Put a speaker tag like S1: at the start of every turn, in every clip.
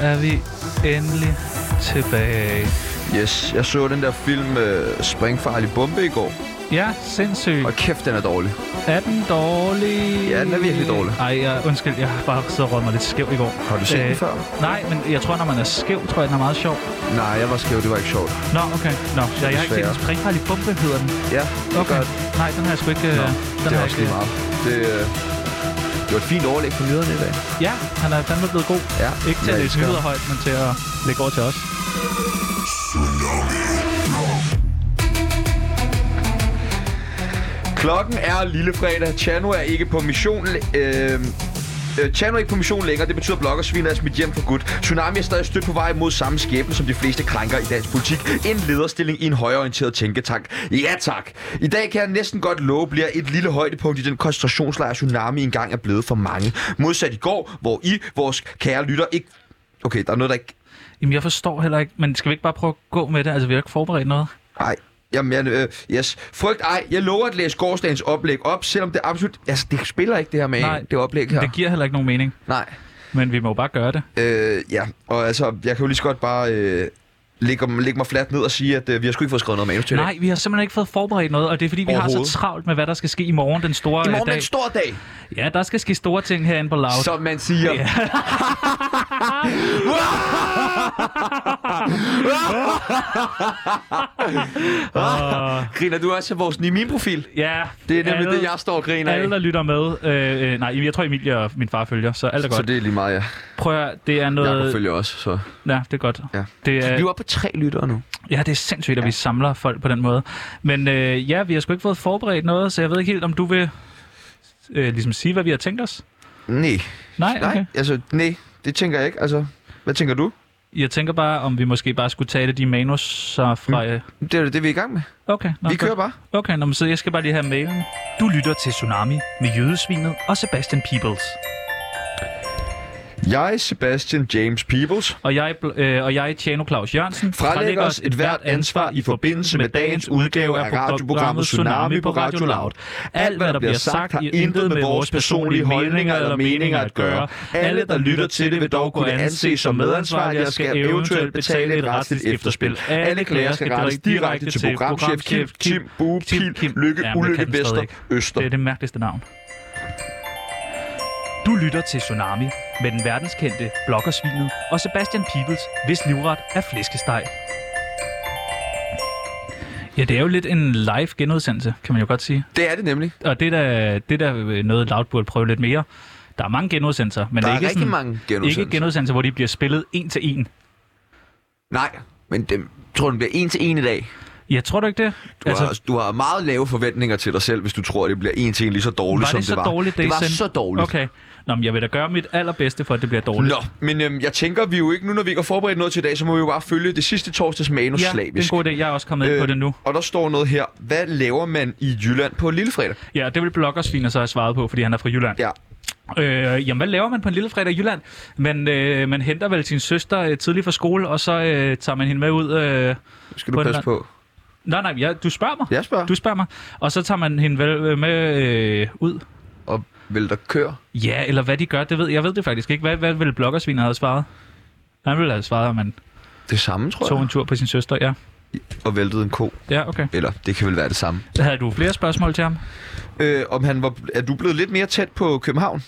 S1: er vi endelig tilbage.
S2: Yes, jeg så den der film øh, Springfarlig Bombe i går.
S1: Ja, sindssygt.
S2: Og kæft, den er dårlig.
S1: Er den dårlig?
S2: Ja, den er virkelig dårlig.
S1: Ej, jeg, undskyld, jeg har bare siddet og rådet mig lidt skæv i går. Øh,
S2: Har du set den før?
S1: Nej, men jeg tror, når man er skæv, tror jeg, den er meget sjov.
S2: Nej, jeg var skæv. Det var ikke sjovt.
S1: Nå, okay. Nå, ja, jeg har ikke set
S2: Desværre.
S1: den. Springfarlig bombe hedder den.
S2: Ja, det
S1: Okay.
S2: gør-
S1: Nej, den har jeg sgu ikke... øh,
S2: Nå,
S1: den
S2: det
S1: har
S2: er
S1: jeg
S2: også
S1: ikke-
S2: lige meget. Det, øh, det var et fint overlæg på nyhederne i dag.
S1: Ja, han er fandme blevet god.
S2: Ja,
S1: Ikke til at
S2: jeg
S1: læse
S2: elsker
S1: nyheder
S2: ham.
S1: højt, men til at lægge over til os.
S2: Klokken er lillefredag. Chano er ikke på mission... Øh, øh, Chano er ikke på mission længere. Det betyder, at bloggersvinet er smidt hjem for godt. Tsunami er stadig stødt på vej mod samme skæbne, som de fleste krænker i dansk politik. En lederstilling i en højreorienteret tænketank. Ja tak. I dag kan jeg næsten godt love, bliver et lille højdepunkt i den koncentrationslejr, Tsunami engang er blevet for mange. Modsat i går, hvor I, vores kære lytter, ikke... Okay, der er noget, der ikke...
S1: Jamen, jeg forstår heller ikke, men skal vi ikke bare prøve at gå med det? Altså, vi har ikke forberedt noget.
S2: Ej. Jamen, jeg, øh, yes. Frygt ej. Jeg lover at læse gårdsdagens oplæg op, selvom det absolut... Altså, det spiller ikke det her med
S1: Nej,
S2: det oplæg her.
S1: Det giver heller ikke nogen mening,
S2: Nej.
S1: men vi må jo bare gøre det.
S2: Øh, ja, og altså, jeg kan jo lige så godt bare øh, lægge, lægge mig fladt ned og sige, at øh, vi har sgu ikke fået skrevet noget manus til
S1: Nej, vi har simpelthen ikke fået forberedt noget, og det er fordi, vi har så
S2: Overhovedet.
S1: travlt med, hvad der skal ske i morgen, den store
S2: det. I
S1: øh,
S2: morgen er
S1: dag.
S2: en stor dag,
S1: Ja, der skal ske store ting herinde på Loud.
S2: som man siger.
S1: Ja. Og,
S2: Griner du også af vores nye min-profil?
S1: ja,
S2: Det er nemlig
S1: alle,
S2: det, jeg står og griner
S1: Alle,
S2: af.
S1: der lytter med. Øh, øh, nej, jeg tror, Emilie og min far følger, så alt er
S2: Så
S1: godt.
S2: det er lige meget, ja.
S1: Prøv at, høre, det er
S2: Jeg
S1: noget...
S2: følger også, så...
S1: Ja, det er godt.
S2: Ja.
S1: Det er,
S2: Vi er oppe på tre lyttere nu.
S1: Ja, det er sindssygt, at vi samler folk på den måde. Men øh, ja, vi har sgu ikke fået forberedt noget, så jeg ved ikke helt, om du vil øh, ligesom sige, hvad vi har tænkt os?
S2: Nej.
S1: Nej, okay.
S2: Nej, altså, nej. Det tænker jeg ikke. Altså, hvad tænker du?
S1: Jeg tænker bare, om vi måske bare skulle tale de manus så fra... Øh...
S2: Det er det, vi er i gang med.
S1: Okay, nå,
S2: Mm. Vi
S1: godt.
S2: kører bare.
S1: Okay, nå, men så jeg skal bare lige have mailen. Du lytter til Tsunami med Jødesvinet og Sebastian Peebles.
S2: Jeg, Sebastian James Peebles,
S1: Og jeg, bl- øh, og jeg Tjano Claus Jørgensen,
S2: Frelægger os et hvert ansvar i forbindelse med dagens udgave af radioprogrammet Tsunami på Radio Loud. Alt, hvad der bliver sagt, har intet med vores personlige holdninger eller meninger at gøre. Alle, der lytter til det, vil dog kunne anses som medansvarlige og skal eventuelt betale et retsligt efterspil. Alle klager skal rettes direkte til programchef Kim, Kim, Bue, Pil, Lykke,
S1: Jamen, jeg kan
S2: Ulykke,
S1: den
S2: Vester,
S1: stadig ikke.
S2: Øster.
S1: Det er det mærkeligste navn. Du lytter til Tsunami med den verdenskendte bloggersvinet og Sebastian Peebles, hvis livret er flæskesteg. Ja, det er jo lidt en live genudsendelse, kan man jo godt sige.
S2: Det er det nemlig.
S1: Og det er da, det er da øh, noget, Loud burde prøve lidt mere. Der er mange genudsendelser, men
S2: Der er
S1: ikke,
S2: rigtig
S1: sådan,
S2: mange
S1: ikke
S2: genudsendelser.
S1: genudsendelser, hvor de bliver spillet en til en.
S2: Nej, men dem tror, den bliver en til en i dag.
S1: Jeg tror du ikke det?
S2: Du, altså, har, du har meget lave forventninger til dig selv, hvis du tror, at det bliver en til en lige så dårligt,
S1: var
S2: som
S1: det så
S2: det var.
S1: dårligt,
S2: det var
S1: I sendte?
S2: så dårligt.
S1: Okay. Nå, men jeg vil da gøre mit allerbedste for, at det bliver dårligt.
S2: Nå, men øhm, jeg tænker, vi jo ikke, nu når vi ikke har forberedt noget til i dag, så må vi jo bare følge det sidste torsdags manus
S1: ja, det er en
S2: slavisk.
S1: god idé. Jeg er også kommet ind
S2: Øh,
S1: på det nu.
S2: Og der står noget her. Hvad laver man i Jylland på Lillefredag?
S1: Ja, det vil Blokkersvin så have svaret på, fordi han er fra Jylland.
S2: Ja.
S1: Øh, jamen, hvad laver man på en lille fredag i Jylland? Man, øh, man henter vel sin søster øh, tidligt fra skole, og så øh, tager man hende med ud... Øh...
S2: Skal du
S1: På en
S2: passe
S1: land-
S2: på?
S1: Nej, nej, ja, du spørger mig.
S2: Jeg spørger.
S1: Du spørger mig. Og så tager man hende vel øh, med øh, ud.
S2: Og vil der køre?
S1: Ja, eller hvad de gør, det ved jeg ved det faktisk ikke. Hvad, hvad ville Blokkersvin have svaret? Han ville have svaret, at man
S2: Det samme, tror
S1: tog en
S2: jeg.
S1: tur på sin søster, ja.
S2: Og væltede en ko.
S1: Ja, okay.
S2: Eller, det kan vel være det samme.
S1: Havde du flere spørgsmål til ham?
S2: Øh, om han var, er du blevet lidt mere tæt på København?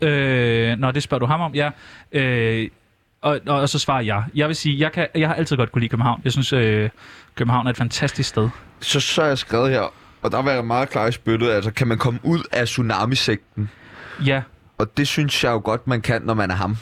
S1: Øh, nå, det spørger du ham om, ja. Øh, og, og, og så svarer jeg. Jeg vil sige, jeg, kan, jeg har altid godt kunne lide København. Jeg synes, øh, København er et fantastisk sted.
S2: Så, så er jeg skrevet her, og der var jeg meget klar i spyttet. Altså, kan man komme ud af tsunamisekten?
S1: Ja,
S2: Og det synes jeg jo godt, man kan, når man er ham.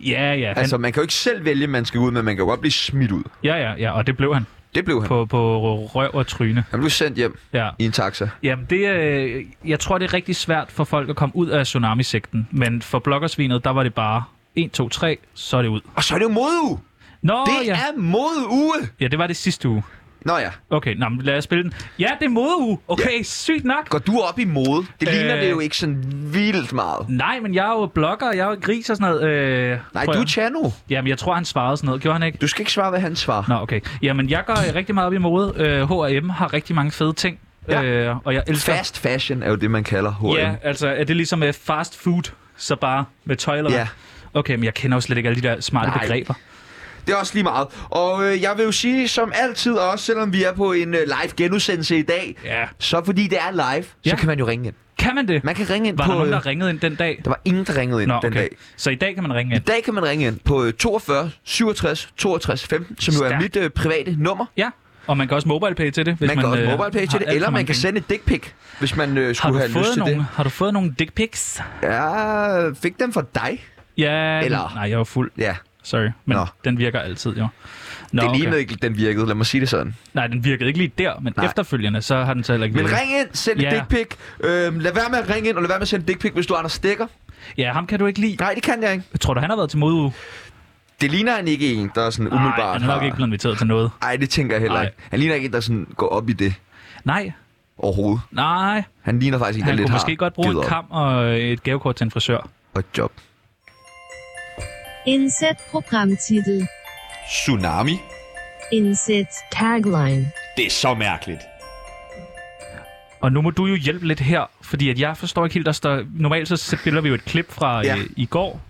S1: ja, ja. Han,
S2: Altså,
S1: altså,
S2: man kan jo ikke selv vælge, at man skal ud, men man kan jo godt blive smidt ud.
S1: ja, ja, ja, og det blev han.
S2: Det blev han.
S1: På, på røv og tryne.
S2: Han blev sendt hjem
S1: Ja.
S2: i en taxa.
S1: Jamen, det, øh, jeg tror, det er rigtig svært for folk at komme ud af tsunamisekten. Men for bloggersvinet, der var det bare 1, 2, 3, så er det ud.
S2: Og så er det jo moduge!
S1: Nå,
S2: Det
S1: ja.
S2: er modeuge!
S1: ja, det var det sidste uge.
S2: Nå ja,
S1: Okay, nå, men lad os spille den. Ja, det er modeuge. Okay, sygt nok.
S2: går du op i mode? Det
S1: Øh.
S2: ligner det jo ikke sådan vildt meget.
S1: Nej, men jeg er jo blogger, jeg er jo gris og sådan noget. Øh,
S2: Nej,
S1: tror
S2: du er
S1: jeg.
S2: Chano.
S1: Jamen, jeg tror, han svarede sådan noget. Gjorde han ikke?
S2: Du skal ikke svare, hvad han svarer.
S1: Nå, okay. Jamen, jeg går øh, rigtig meget op i mode. Øh, H&M har rigtig mange fede ting.
S2: Ja.
S1: Øh, og jeg elsker...
S2: Fast fashion er jo det, man kalder H&M.
S1: Ja, altså, er det ligesom øh, fast food, så bare med tøj eller hvad?
S2: Ja.
S1: Okay, men jeg kender jo slet ikke alle de der smarte
S2: Nej.
S1: Nej. begreber.
S2: Det er også lige meget. Og øh, jeg vil jo sige, som altid også, selvom vi er på en øh, live genudsendelse i dag,
S1: Ja.
S2: så fordi det er live, ja.
S1: Ja.
S2: så kan man jo ringe ind.
S1: Kan man det?
S2: Man kan ringe ind
S1: Var
S2: på...
S1: der nogen,
S2: øh,
S1: der ringede ind den dag?
S2: der var ingen, der ringede ind
S1: Nå,
S2: den
S1: okay.
S2: dag.
S1: Så i dag kan man ringe
S2: I
S1: ind.
S2: dag kan man ringe ind på øh, 42 67 62 15, som jo er
S1: Stærkt.
S2: mit øh, private nummer.
S1: Ja, og man kan også mobilepay til det. Hvis
S2: Man, man kan også
S1: øh,
S2: mobile pay
S1: har
S2: til det,
S1: alt
S2: eller
S1: for
S2: man
S1: mange
S2: kan
S1: penge.
S2: sende et dick pic, hvis man øh,
S1: har
S2: skulle
S1: du,
S2: have lyst
S1: fået
S2: til
S1: nogle,
S2: det.
S1: har du fået nogle dick pics?
S2: Ja, fik dem fra dig?
S1: Ja,
S2: Eller-
S1: Nej, jeg var fuld.
S2: Ja,
S1: Sorry. Men
S2: Nå.
S1: Nå. den virker altid, jo. Nå,
S2: det lignede ikke, den virkede. Lad mig sige det sådan.
S1: Nej, den virkede ikke lige der, men
S2: Nej.
S1: Nej. efterfølgende, så har den så heller ikke
S2: Men
S1: virket.
S2: ring ind, send et
S1: Ja.
S2: dick pic. Øhm, lad være med at ringe ind, og lad være med at sende et dick pic, hvis du er Anders Stikker.
S1: Ja, ham kan du ikke lide.
S2: Nej, det kan jeg ikke.
S1: Tror du, han har været til moduge?
S2: Det ligner han ikke en, der er sådan umiddelbart...
S1: Nej, han er nok
S2: har-
S1: ikke blevet inviteret til noget.
S2: Ej, det tænker jeg heller
S1: Nej.
S2: ikke. Han ligner ikke en, der sådan går op i det
S1: Nej,
S2: overhovedet.
S1: nej.
S2: Han ligner faktisk en, der
S1: Han
S2: lidt
S1: kunne
S2: har
S1: måske godt bruge
S2: givet
S1: en
S2: op.
S1: kam og et gavekort til en frisør.
S2: Og et job.
S3: Indsæt programtitel.
S4: Tsunami?
S3: Indsæt tagline.
S4: Det er så mærkeligt.
S1: Og nu må du jo hjælpe lidt her, fordi at jeg forstår ikke helt, der står... Normalt så spiller vi jo et klip fra
S2: Ja.
S1: ja. øh, i går.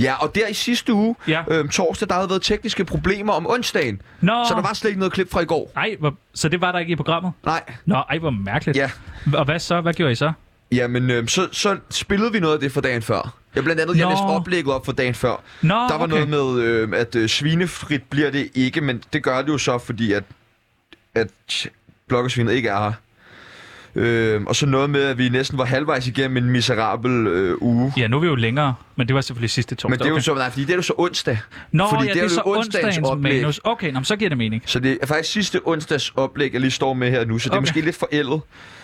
S2: Ja, og der i sidste uge, ja.
S1: Ja.
S2: øhm, torsdag, der havde været tekniske problemer om onsdagen.
S1: Nå,
S2: Så der var slet ikke noget klip fra i går.
S1: ej, hvor... så det var der ikke i programmet?
S2: Nej,
S1: Nå, ej, hvor mærkeligt.
S2: ja.
S1: Og hvad så? Hvad gjorde I så?
S2: Jamen, øhm, så, så spillede vi noget af det for dagen før. Jeg blandt andet, jeg
S1: Nå.
S2: læste oplægget op for dagen før.
S1: Nå,
S2: Der var
S1: okay.
S2: noget med, øhm, at øh, svinefrit bliver det ikke, men det gør det jo så, fordi at, at blokkesvinet ikke er her. Øhm, og så noget med, at vi næsten var halvvejs igennem en miserabel øh, uge.
S1: Ja, nu er vi jo længere, men det var selvfølgelig sidste torsdag.
S2: Men det er jo
S1: okay.
S2: så, nej, fordi det er jo så onsdag.
S1: Nå,
S2: fordi
S1: ja,
S2: det er jo
S1: så
S2: onsdagens oplæg.
S1: manus. Okay, nå, men så giver det mening.
S2: Så det er faktisk sidste onsdags oplæg, jeg lige står med her nu, så det er
S1: Okay.
S2: måske lidt forældet.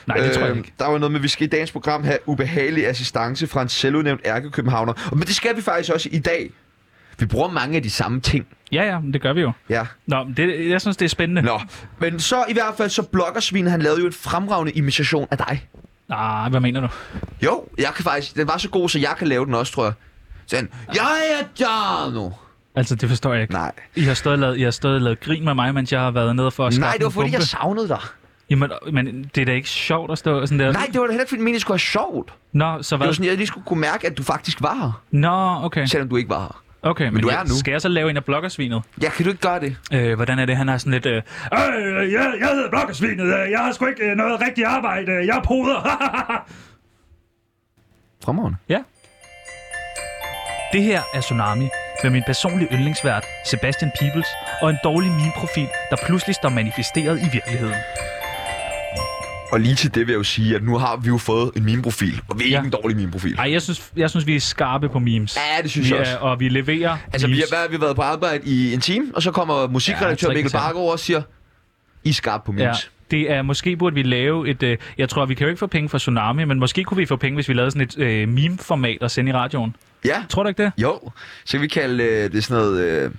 S1: Nej, det tror jeg
S2: Øhm,
S1: ikke.
S2: Der var noget med, at vi skal i dagens program have ubehagelig assistance fra en selvudnævnt ærkekøbenhavner. Og- Men det skal vi faktisk også i dag. Vi bruger mange af de samme ting.
S1: Ja, ja, men det gør vi jo.
S2: Ja.
S1: Nå, men det, jeg synes, det er spændende.
S2: Nå. Men så i hvert fald, så Blokkersvin, han lavede jo en fremragende imitation af dig.
S1: Nej, hvad mener du?
S2: Jo, jeg kan faktisk... Den var så god, så jeg kan lave den også, tror jeg. Så han, jeg er Jarno.
S1: Altså, det forstår jeg ikke.
S2: Nej.
S1: I har stået og lavet, I har stået og lavet grin med mig, mens jeg har været nede for at
S2: Nej,
S1: skaffe
S2: det var
S1: en
S2: fordi, jeg
S1: bombe.
S2: savnede dig.
S1: Jamen, men det er da ikke sjovt at stå sådan der.
S2: Nej, det var da heller ikke, fordi meningen skulle være sjovt.
S1: Nå, så
S2: Det
S1: hvad?
S2: var sådan, jeg lige skulle kunne mærke, at du faktisk var her,
S1: Nå, okay.
S2: selvom du ikke var her.
S1: Okay, men,
S2: du
S1: jeg-
S2: er nu.
S1: Skal jeg så lave en af bloggersvinet?
S2: Ja, kan du ikke gøre det?
S1: Øh, hvordan er det? Han har sådan lidt... Øh, øh, jeg, jeg hedder bloggersvinet. øh, Jeg har sgu ikke øh, noget rigtigt arbejde. øh, Jeg er poder.
S2: Fremragende.
S1: ja. Det her er Tsunami med min personlige yndlingsvært, Sebastian Peebles, og en dårlig meme-profil, der pludselig står manifesteret i virkeligheden.
S2: Og lige til det vil jeg jo sige, at nu har vi jo fået en meme-profil. Og vi er ja.
S1: Ja.
S2: ikke en dårlig meme-profil.
S1: Ej, jeg synes, jeg synes, vi er skarpe på memes.
S2: Ja, det synes
S1: vi
S2: jeg også.
S1: Er, og vi leverer
S2: Altså, vi
S1: memes.
S2: har, hvad, har vi været på arbejde i en time, og så kommer musikredaktør
S1: Ja, tre
S2: ja, Mikkel
S1: kvarter.
S2: Bakke over og siger, I er skarp på memes.
S1: Ja,
S2: Ja.
S1: det er, måske burde vi lave et, øh, jeg tror, vi kan jo ikke få penge fra Tsunami, men måske kunne vi få penge, hvis vi lavede sådan et øh, meme-format og sende i radioen.
S2: ja.
S1: Tror du ikke det?
S2: Jo, så kan vi kalde øh, det sådan noget øh,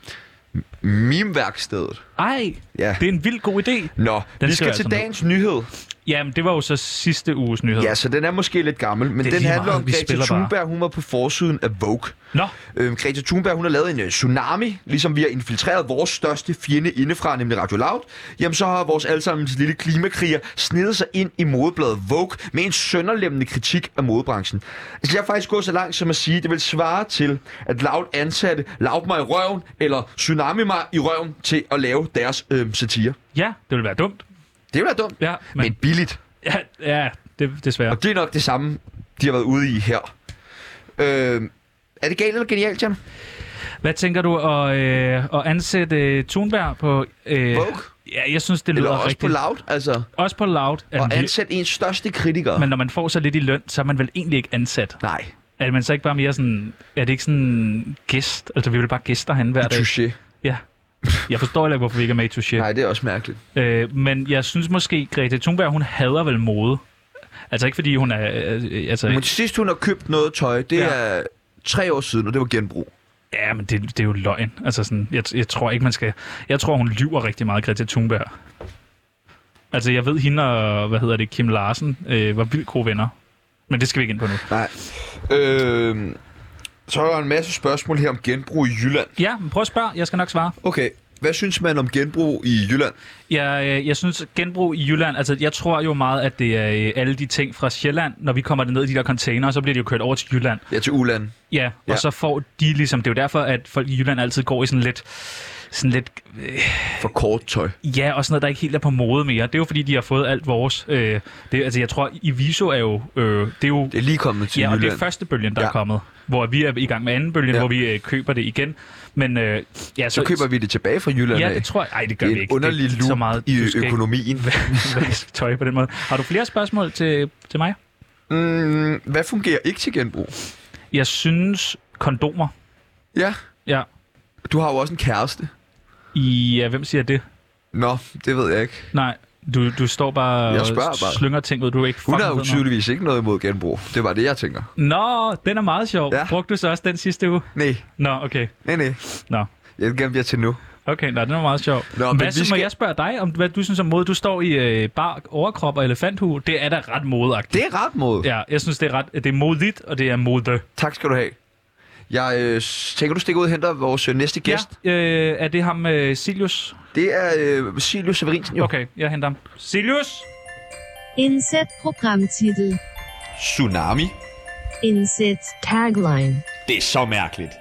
S2: meme-værkstedet.
S1: Ej,
S2: Ja.
S1: det er en vild god idé.
S2: Nå, den vi
S1: skal altså-
S2: skal
S1: være
S2: til
S1: sådan noget.
S2: dagens nyhed.
S1: Jamen, det var jo så sidste uges nyhed.
S2: Ja, så den er måske lidt gammel, men
S1: Det er
S2: den
S1: lige
S2: handler
S1: meget,
S2: om
S1: vi
S2: Greta
S1: spiller bare.
S2: Thunberg. Hun var på forsiden af Vogue.
S1: Nå,
S2: Øhm, Greta Thunberg, hun har lavet en øh, tsunami, ligesom vi har infiltreret vores største fjende indefra, nemlig Radio Loud. Jamen så har vores allesammens lille klimakriger snedet sig ind i modebladet Vogue med en sønderlemmende kritik af modebranchen. Altså jeg har faktisk gået så langt som at sige, det vil svare til, at Loud ansatte Loud mig i røven, eller Tsunami mig i røven, til at lave deres øhm, satire.
S1: ja, det ville være dumt.
S2: Det er jo da dumt,
S1: Ja,
S2: men,
S1: men,
S2: men billigt.
S1: ja, ja det, desværre.
S2: Og det er nok det samme, de har været ude i her. Øhm, er det galt eller genialt, Jan?
S1: Hvad tænker du at, øh, at ansætte øh, Thunberg på... Øh,
S2: Vogue?
S1: Ja, jeg synes, det
S2: Eller
S1: lyder
S2: også
S1: rigtigt.
S2: på Loud, altså?
S1: også på Loud. er
S2: Og
S1: den vir-
S2: ansæt ens største kritiker.
S1: Men når man får så lidt i løn, så er man vel egentlig ikke ansat.
S2: Nej,
S1: Er man så ikke bare mere sådan... Er det ikke sådan gæst? Altså, vi vil bare gæster han hver
S2: det er
S1: dag.
S2: touché.
S1: Ja. Jeg forstår heller ikke, hvorfor vi ikke er med i Touché.
S2: Nej, det er også mærkeligt.
S1: Øh, men jeg synes måske, Grete Thunberg, hun hader vel mode. Altså ikke fordi hun er... øh, øh, Altså,
S2: Men sidst hun har købt noget tøj, det ja.
S1: Ja.
S2: er tre år siden, og det var genbrug.
S1: ja, men det, det er jo løgn. Altså sådan, jeg, jeg tror ikke, man skal... Jeg tror, hun lyver rigtig meget, Grete Thunberg. Altså, jeg ved hende og, hvad hedder det, Kim Larsen, øh, var vildt gode venner. Men det skal vi ikke ind på nu.
S2: Nej. Øhm, Øh, så er der en masse spørgsmål her om genbrug i Jylland.
S1: Ja, men prøv at spørge. Jeg skal nok svare.
S2: Okay, Hvad synes man om genbrug i Jylland?
S1: Jeg, øh, jeg synes, genbrug i Jylland, altså jeg tror jo meget, at det er øh, alle de ting fra Sjælland, når vi kommer ned i de der container, så bliver de jo kørt over til Jylland.
S2: Ja, til Uland.
S1: Ja, og
S2: Ja.
S1: ja. så får de ligesom, det er jo derfor, at folk i Jylland altid går i sådan lidt, sådan lidt, øh,
S2: For kort tøj.
S1: ja, og sådan noget, der ikke helt er på mode mere. Det er jo fordi, de har fået alt vores, øh, det, altså jeg tror, i Viso er jo, øh, det er jo,
S2: Det er lige kommet til
S1: ja, og
S2: Jylland.
S1: det er første bølgen, der
S2: Ja.
S1: er kommet, hvor vi er i gang med anden bølgen,
S2: Ja.
S1: ja. hvor vi øh, køber det igen. Men øh, ja,
S2: Så køber vi det tilbage fra Jylland
S1: Ja,
S2: af.
S1: det tror jeg. Nej, det gør
S2: det
S1: vi
S2: er en
S1: ikke.
S2: underlig
S1: det, er
S2: loop
S1: så meget,
S2: i
S1: du skal ikke-
S2: økonomien.
S1: vaske tøj på den måde. Har du flere spørgsmål til, til mig?
S2: Mm, hvad fungerer ikke til genbrug?
S1: Jeg synes kondomer.
S2: Ja,
S1: Ja.
S2: du har jo også en kæreste.
S1: I, ja, hvem siger det?
S2: Nå, det ved jeg ikke.
S1: Nej, du, du står bare
S2: Jeg
S1: og
S2: spørger bare.
S1: slynger ting ud, du ikke
S2: Hun har
S1: fucking
S2: jo
S1: ved noget.
S2: tydeligvis ikke noget imod genbrug. Det var det, jeg tænker.
S1: Nå, den er meget sjov.
S2: Ja.
S1: Ja. Brugte du så også den sidste uge?
S2: Nej,
S1: Nå, okay.
S2: nej, nej.
S1: Nå.
S2: Jeg gemte jeg til nu.
S1: Okay, nej, den var meget sjov.
S2: Nå,
S1: Nå,
S2: men
S1: hvad,
S2: vi
S1: så,
S2: skal-
S1: Må jeg spørge dig, om hvad du synes om mode? Du står i øh, bar, overkrop og elefanthue. Det er da ret modeagtigt.
S2: Det er ret mod. Ja.
S1: Ja, jeg synes, det er, ret, det er modigt, og det er mode.
S2: Tak skal du have. Jeg øh, s- tænker, du stikker ud og henter vores øh, næste gæst. Ja.
S1: Ja, øh, er det ham, øh, Silius?
S2: Det er øh, Silius Severinsen jo.
S1: Okay, jeg henter ham. Silius!
S3: Inset programtitel.
S4: Tsunami.
S3: Inset tagline.
S4: Det er så mærkeligt.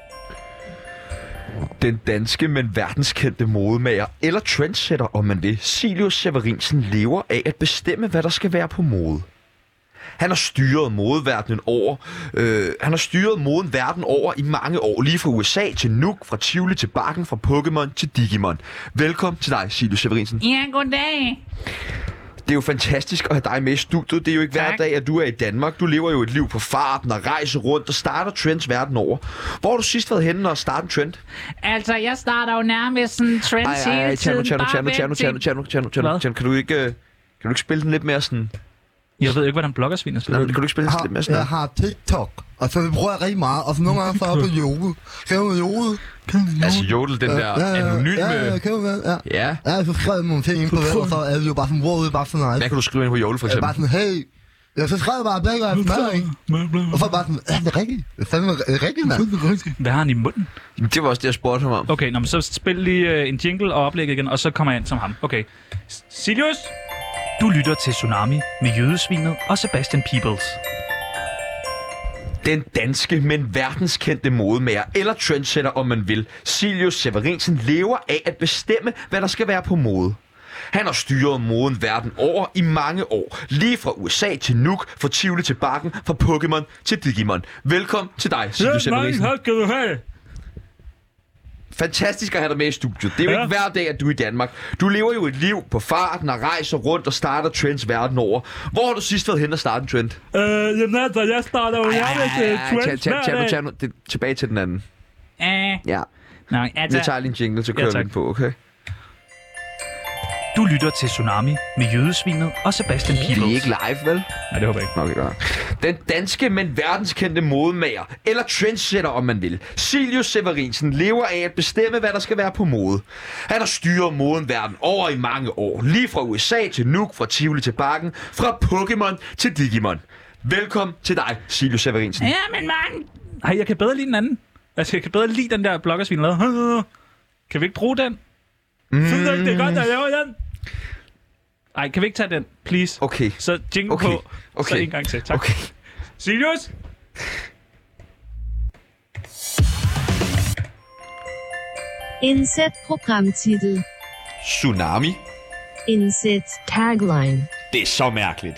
S2: Den danske, men verdenskendte modemager, eller trendsetter om man vil, Silius Severinsen lever af at bestemme, hvad der skal være på mode. Han har styret modeverdenen over. Øh, han har styret moden verden over i mange år, lige fra USA til Nuuk, fra Tivoli til Bakken, fra Pokémon til Digimon. Velkommen til dig, Silius Severinsen.
S5: Ja, goddag.
S2: Det er jo fantastisk at have dig med i studiet. Det er jo ikke hver
S5: Tak.
S2: dag, at du er i Danmark. Du lever jo et liv på farten og rejser rundt og starter trends verden over. Hvor har du sidst været henne og startet en trend?
S5: Altså, jeg starter jo nærmest sådan trends
S2: Ej, ej, ej,
S5: hele
S2: Tjerno,
S5: tiden.
S2: Tjerno,
S5: Bare
S2: Tjerno,
S5: vent
S2: Tjerno,
S5: til-
S2: Tjerno, Tjerno, Tjerno, Tjerno,
S1: Hvad?
S2: Tjerno, kan du ikke... øh, Kan du ikke spille den lidt mere sådan...
S1: Jeg ved jo ikke, hvordan bloggersvin er
S2: Nej, men
S1: spillet.
S2: kan du ikke spille den lidt mere
S6: har,
S2: sådan
S6: jeg
S2: her?
S6: har TikTok, og så bruger jeg rigtig meget, og så nogle gange så er jeg på jode. Kan du jode? Kan du jode?
S2: Altså, jodel, den der anonyme...
S6: Ja, ja, kan du være, ja.
S2: Ja.
S6: Ja, så skrev jeg nogle ting ind på det, og så er det jo bare sådan, wow, det er bare sådan, nej.
S2: Hvad kan du skrive ind på jodel, for
S6: Jeg er
S2: eksempel?
S6: bare sådan, hey. Ja, så skrev jeg bare, begge gange mad, ikke? Og så bare sådan, er det rigtigt? Det er fandme er det rigtigt, mand.
S1: Hvad har han i munden?
S2: Jamen, Det var også det, jeg spurgte ham om.
S1: Okay, nå, men så spil lige øh, en jingle og oplæg igen, og så kommer jeg ind som ham. Okay. S- Silius! Du lytter til Tsunami med Jødesvinet og Sebastian Peebles.
S2: Den danske, men verdenskendte modemager, eller trendsetter om man vil, Silius Severinsen lever af at bestemme, hvad der skal være på mode. Han har styret moden verden over i mange år. Lige fra USA til Nuuk, fra Tivoli til Bakken, fra Pokémon til Digimon. Velkommen til dig, Silius Severinsen.
S1: skal du have.
S2: Fantastisk at have dig med i studiet. Det er jo
S1: Ja.
S2: ikke hver dag, at du er i Danmark. Du lever jo et liv på farten og rejser rundt og starter trends verden over. Hvor har du sidst været hen og startet en trend?
S1: Øh, jamen altså, jeg starter jo øh,
S2: tag- tag- tag nu- tag nu- det- Tilbage til den anden.
S5: Æh,
S2: Ja,
S1: Nej,
S2: vi
S1: altså,
S2: tager lige en jingle, så kører vi
S1: tak.
S2: den på, okay?
S1: du lytter til Tsunami med Jødesvinet og Sebastian
S2: Vi er
S1: Peebles.
S2: ikke live, vel?
S1: Nej, det håber jeg ikke.
S2: Nå, okay, godt. nok. Den danske, men verdenskendte modemager, eller trendsetter om man vil, Silius Severinsen lever af at bestemme, hvad der skal være på mode. Han har styret moden verden over i mange år, lige fra USA til Nuuk, fra Tivoli til Bakken, fra Pokémon til Digimon. Velkommen til dig, Silius Severinsen.
S5: ja, men mange
S1: Nej, jeg kan bedre lide den anden. Altså, jeg kan bedre lide den der bloggersvin lavede. Kan vi ikke bruge den? Mm. Synes du ikke, det er godt, at jeg laver den? Nej, kan vi ikke tage den? Please.
S2: Okay,
S1: Så jingle
S2: Okay.
S1: på. Så
S2: Okay.
S1: en gang til. Tak.
S2: okay.
S1: Silius?
S3: Inset programtitel.
S4: Tsunami.
S3: Inset tagline.
S4: Det er så mærkeligt.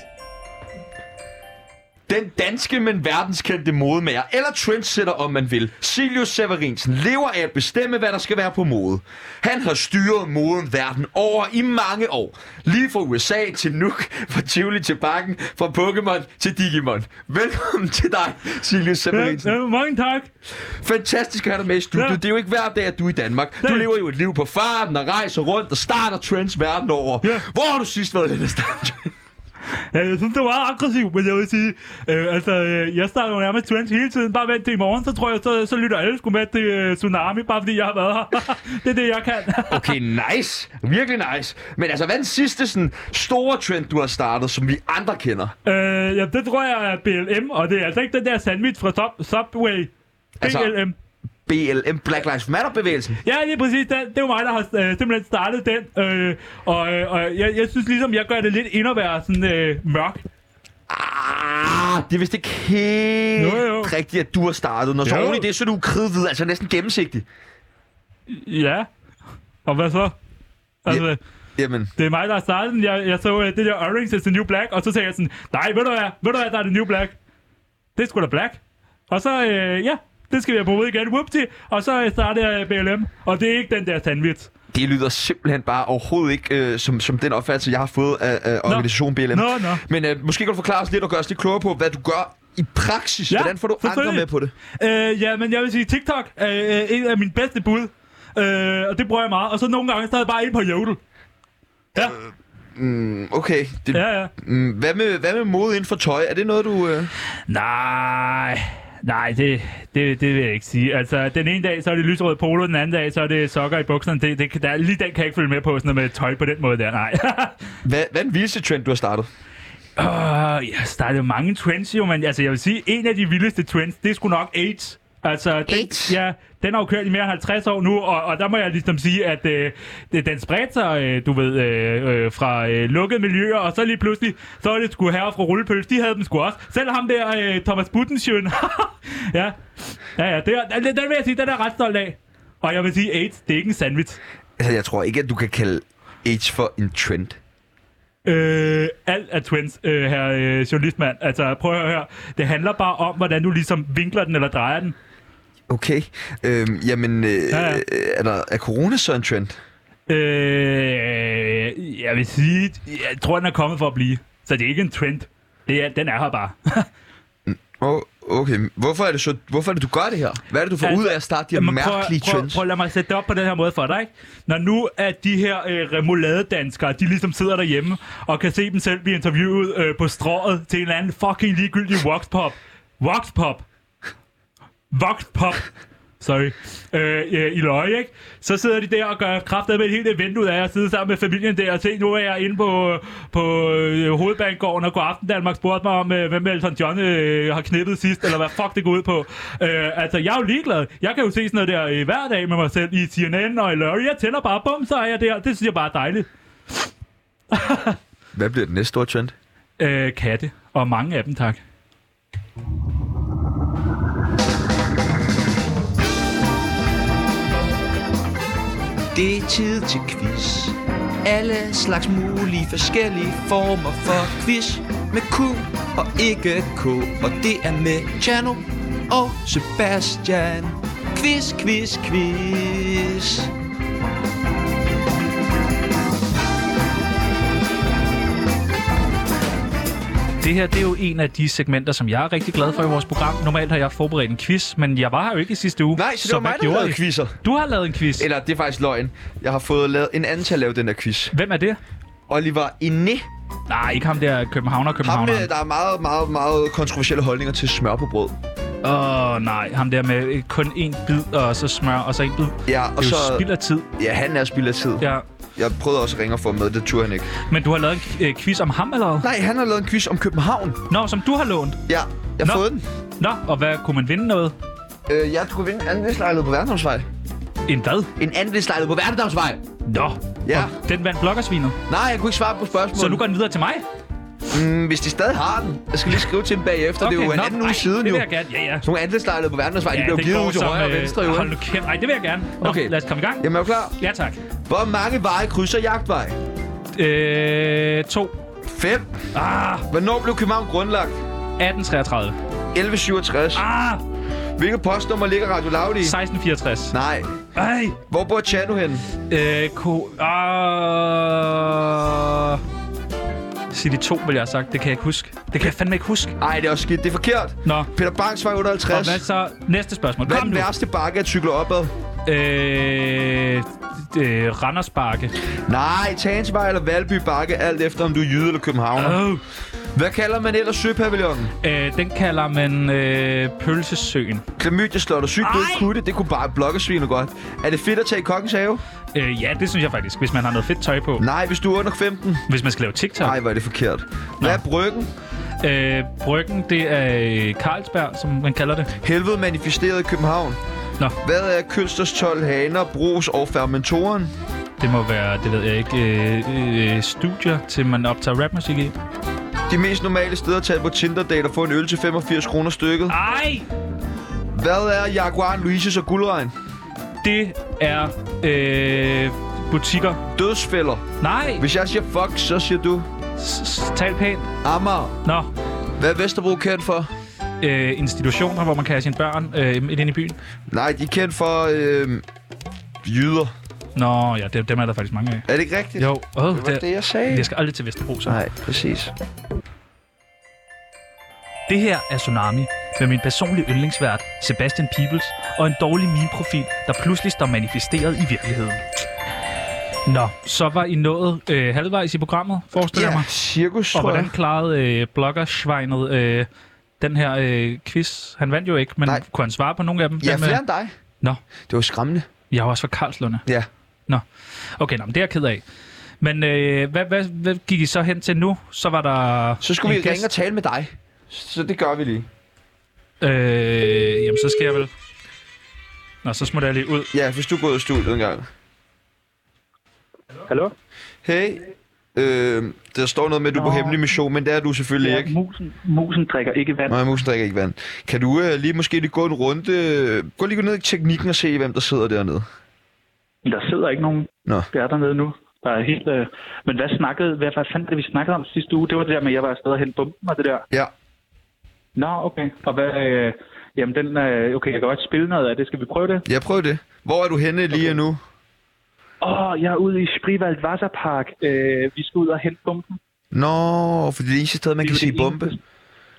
S2: Den danske, men verdenskendte modemager, eller trendsetter om man vil, Silius Severinsen, lever af at bestemme, hvad der skal være på mode. Han har styret moden verden over i mange år. Lige fra USA til Nuuk, fra Tivoli til Bakken, fra Pokémon til Digimon. Velkommen til dig, Silius Severinsen.
S1: mange tak.
S2: Fantastisk at have dig med i studiet.
S1: Ja.
S2: Det er jo ikke hver dag, at du er i Danmark. Du
S1: Nej.
S2: lever jo et liv på farten og rejser rundt og starter trends verden over.
S1: Ja.
S2: Hvor har du sidst været henne at starte?
S1: Ja, jeg synes, det var meget aggressivt, men jeg vil sige, øh, altså, øh, jeg starter jo nærmest trends hele tiden. Bare vent til i morgen, så tror jeg, så, så lytter alle sgu med til øh, Tsunami, bare fordi jeg har været her. det er det, jeg kan.
S2: Okay, nice. Virkelig nice. Men altså, hvad er den sidste sådan, store trend, du har startet, som vi andre kender?
S1: øh, ja, det tror jeg er BLM, og det er altså ikke den der sandwich fra Sub- Subway. BLM.
S2: Altså- BLM, Black Lives Matter-bevægelsen.
S1: Ja, lige præcis. Det, det er jo mig, der har øh, simpelthen startet den. Øh, og øh, og jeg, jeg synes ligesom, jeg gør det lidt ind at være sådan øh, mørk.
S2: Ah, det er vist ikke helt
S1: Jo, jo.
S2: rigtigt, at du har startet. Når så
S1: Jo.
S2: oven i det, så er du kridhvid, altså næsten gennemsigtig.
S1: Ja. Og hvad så? Altså,
S2: Ja.
S1: yeah.
S2: Jamen,
S1: det er mig, der har startet den. Jeg, jeg så øh, det der Orange is the New Black, og så sagde jeg sådan, nej, ved du hvad, ved du hvad, der er det New Black. Det er sgu da Black. Og så, øh, ja, det skal vi have på ud igen. Whoopty. Og så øh, starter jeg BLM. Og det er ikke den der sandwich.
S2: det lyder simpelthen bare overhovedet ikke øh, som, som den opfattelse, jeg har fået af, af organisationen BLM.
S1: Nå, nå.
S2: Men øh, måske kan du forklare os lidt og gøre os lidt klogere på, hvad du gør i praksis.
S1: Ja,
S2: Hvordan får du andre
S1: selvfølgelig.
S2: med på det?
S1: Øh, ja, men jeg vil sige, TikTok er øh, en af mine bedste bud. Øh, og det bruger jeg meget. Og så nogle gange, så er jeg bare inde på Jodel. Ja,
S2: Mm, Okay, det, ja.
S1: ja, ja.
S2: mm, hvad, med, hvad med mode inden for tøj? Er det noget, du... Øh...
S1: Nej, nej, det, det, det vil jeg ikke sige. Altså, den ene dag, så er det lyserød polo, den anden dag, så er det sokker i bukserne. Det, det, kan- der, lige den kan jeg ikke følge med på, sådan noget med tøj på den måde der, nej.
S2: Hvad, hvad er den vildeste trend, du har startet?
S1: uh, jeg startede mange trends jo, men altså, jeg vil sige, en af de vildeste trends, det er sgu nok AIDS. Altså, den,
S2: AIDS?
S1: ja, den har jo kørt i mere end 50 år nu, og, og der må jeg ligesom sige, at øh, det- den spredte sig, øh, du ved, øh, øh, fra øh, lukkede miljøer, og så lige pludselig, så er det sgu herre fra Rullepøls, de havde dem sgu også. Selv ham der, øh, Thomas Buttensjøen, ja, ja, ja det, er- den, den vil jeg sige, den er jeg ret stolt af. Og jeg vil sige, AIDS, det er ikke en sandwich.
S2: Altså, jeg tror ikke, at du kan kalde age for en trend.
S1: Øh, alt er twins, øh, her øh, journalistmand. Altså, prøv at høre her. Det handler bare om, hvordan du ligesom vinkler den eller drejer den.
S2: Okay. Øhm, jamen, øh, ja,
S1: Ja,
S2: ja.
S1: ja.
S2: Er, der, er corona så en trend?
S1: Øh, jeg vil sige, jeg tror, den er kommet for at blive. Så det er ikke en trend. Det er, den er her bare.
S2: Oh, okay, hvorfor er, det så, hvorfor er det, du gør det her? Hvad er det, du får altså,
S1: Altså,
S2: ud af at starte de her
S1: Jamen,
S2: mærkelige
S1: prøv, prøv,
S2: trends?
S1: prøv, lad mig sætte det op på den her måde for dig. Ikke? Når nu at de her øh, remouladedanskere, de ligesom sidder derhjemme og kan se dem selv blive interviewet øh, på strået til en eller anden fucking ligegyldig voxpop. Voxpop. Voxpop. Sorry. Øh, øh, I løg, ikke? Så sidder de der og gør kraftet med et helt event ud af at sidde sammen med familien der og se, nu er jeg inde på, øh, på øh, hovedbanegården, og god aften Danmark spurgte mig om, øh, hvem Elton John øh, har knippet sidst, eller hvad fuck det går ud på. Øh, altså, jeg er jo ligeglad. Jeg kan jo se sådan noget der øh, hver dag med mig selv i CNN og i løg. Jeg tænder bare, bum, så er jeg der. Det synes jeg bare er dejligt.
S2: Hvad bliver den næste store trend?
S1: Øh, katte. Og mange af dem, tak.
S7: Det er tid til quiz. Alle slags mulige forskellige former for quiz. Med Q og ikke K. Og det er med Chano og Sebastian. Quiz, quiz, quiz.
S5: Det her det er jo en af de segmenter, som jeg er rigtig glad for i vores program. Normalt har jeg forberedt en quiz, men jeg var her jo ikke i sidste uge.
S2: Nej, så det var
S5: hvad
S2: mig, der
S5: gjorde
S2: lavede
S5: I?
S2: quizzer.
S5: Du har lavet en quiz.
S2: Eller det er faktisk løgn. Jeg har fået lavet en anden til at lave den der quiz.
S5: Hvem er det?
S2: Oliver Ine.
S5: Nej, ikke ham der københavner
S2: Ham,
S5: københavner.
S2: øh, der er meget, meget, meget kontroversielle holdninger til smør på brød.
S5: Åh, oh, nej. Ham der med øh, kun én bid, og så smør, og så en bid. Det
S2: Ja, og
S5: er
S2: så...
S5: jo spild af tid.
S2: Ja, han er spild af tid. Ja.
S5: Ja.
S2: Jeg prøvede også at ringe og få ham med, det turde han ikke.
S5: Men du har lavet en øh, quiz om ham, eller hvad?
S2: Nej, han har lavet en quiz om København.
S5: Nå, som du har lånt.
S2: Ja, jeg har
S5: Nå.
S2: fået den.
S5: Nå, og hvad kunne man vinde noget?
S2: Øh, jeg skulle vinde en andelslejlighed på Værndomsvej.
S5: En hvad?
S2: En andelslejlighed på Værndomsvej!
S5: Nå,
S2: Ja.
S5: og den vandt bloggersvinet.
S2: Nej, jeg kunne ikke svare på spørgsmålet.
S5: Så nu går den videre til mig?
S2: Mm, hvis de stadig har den. Jeg skal lige skrive til dem bagefter. Okay, det er jo en
S5: nå,
S2: anden uge
S5: ej,
S2: siden
S5: det
S2: jo.
S5: vil jeg gerne. Ja, ja.
S2: Så nogle andelslejligheder på Værndomsvej, ja, de
S5: ja,
S2: blev
S5: det
S2: givet
S5: går
S2: ud til
S5: som,
S2: højre og
S5: øh,
S2: venstre jo.
S5: Hold nu kæft. Ej, det vil jeg gerne. Nå,
S2: Okay.
S5: lad os komme i gang.
S2: Jamen, er du klar?
S5: Ja, tak.
S2: Hvor mange veje krydser jagtvej?
S5: Øh, 2.
S2: 5.
S5: Ah,
S2: Hvornår blev København grundlagt?
S5: 1833.
S2: 1167.
S5: Ah,
S2: Hvilket postnummer ligger Radio Loud i?
S5: 1664.
S2: Nej.
S5: Ej,
S2: Hvor bor Chano henne?
S5: øh, ko... Ah... Sig de to, vil jeg have sagt. Det kan jeg ikke huske. Det kan jeg fandme ikke huske.
S2: Ej, det er også skidt. Det er forkert.
S5: Nå,
S2: Peter Bangsvej
S5: og
S2: 58.
S5: hvad så? Næste spørgsmål.
S2: Hvad er
S5: Kom
S2: den
S5: nu.
S2: værste bakke at cykle opad?
S5: Øh, øh, Randersbakke.
S2: Nej, Tagensvej eller Valby Bakke, alt efter om du er jyde eller københavner.
S5: Oh.
S2: Hvad kalder man ellers søpavillonen?
S5: Øh, den kalder man øh, Pølsesøen.
S2: Klamydia slår dig sygt blød
S5: Ej!
S2: kutte, det kunne bare blokkesvine godt. Er det fedt at tage i kokkens have?
S5: Øh, ja, det synes jeg faktisk, hvis man har noget fedt tøj på.
S2: Nej, hvis du er under 15.
S5: Hvis man skal lave TikTok.
S2: Mm. Nej, hvor er det forkert. Hvad er bryggen?
S5: Øh, bryggen, det er øh, Carlsberg, som man kalder det.
S2: Helvede manifesteret i København.
S1: Nå.
S2: Hvad er Kølsters 12 haner, brus og fermentoren?
S1: Det må være, det ved jeg ikke, øh, øh, studier, til man optager rapmusik i.
S2: De mest normale steder at tage på Tinder-date og få en øl til 85 kroner stykket.
S5: Ah.
S1: Ej!
S2: Hvad er Jaguar, Louise's og Guldregn?
S1: Det er øh, butikker.
S2: Dødsfælder.
S1: Nej!
S2: Hvis jeg siger fuck, så siger du
S1: S- s- Tal pænt.
S2: Amager.
S1: Nå.
S2: Hvad er Vesterbro kendt for?
S1: Øh, institutioner, hvor man kan have sine børn øh, ind i byen.
S2: Nej, de er kendt for øh, jyder.
S1: Nå, ja, det, dem er der faktisk mange af.
S2: Er det ikke rigtigt?
S1: Jo, åh,
S2: Det var det,
S1: det,
S2: jeg sagde.
S1: jeg skal aldrig til Vesterbro, så.
S2: Nej, præcis.
S1: Det her er Tsunami med min personlige yndlingsvært, Sebastian Peebles, og en dårlig meme-profil, der pludselig står manifesteret i virkeligheden. Nå, så var I nået øh, halvvejs i programmet, forestiller jeg
S2: Ja,
S1: mig.
S2: cirkus,
S1: Og
S2: tror
S1: hvordan
S2: jeg.
S1: klarede øh, bloggersvejnet øh, den her øh, quiz? Han vandt jo ikke, men
S2: Nej.
S1: Nej. kunne han svare på nogle af dem?
S2: Ja,
S1: Dem, øh,
S2: flere end dig.
S1: Nå.
S2: Det var skræmmende.
S1: Jeg var også fra Karlslunde.
S2: Ja.
S1: Okay, nå, men det er jeg ked af. Men øh, hvad, hvad, hvad gik I så hen til nu? Så var der...
S2: Så skulle
S1: en
S2: vi ringe og
S1: gæst.
S2: tale med dig. Så det gør vi lige.
S1: Øh, jamen, så skal jeg vel... Nå, så smutter jeg lige ud.
S2: Ja, hvis du går ud af studiet en gang.
S8: Hallo?
S2: Hey, øh, der står noget med, at du er på
S8: Nå.
S2: hemmelig mission, men det er du selvfølgelig
S8: Ja,
S2: ikke.
S8: musen, musen drikker ikke vand.
S2: Nej, musen drikker ikke vand. Kan du øh, lige måske lige gå en runde... øh, Gå lige ned i teknikken og se, hvem der sidder dernede.
S8: Der sidder ikke nogen.
S2: Nå.
S8: Det er dernede nu. Der er helt, øh... Men hvad snakkede, hvad, hvad fanden det, vi snakkede om sidste uge? Det var det der med, at jeg var afsted og hente bomben og det der.
S2: Ja.
S8: Nå, okay. Og hvad, øh... Jamen, den, øh... okay, jeg kan godt spille noget af det. Skal vi prøve det?
S2: Jeg prøver det. Hvor er du henne lige okay. nu?
S8: Åh, oh, jeg er ude i Sprivald Wasserpark. Øh, vi skal ud og hente bomben.
S2: Nå, for det er det eneste sted, man
S8: Det er
S2: kan
S8: jo det
S2: sige bombe.
S8: eneste-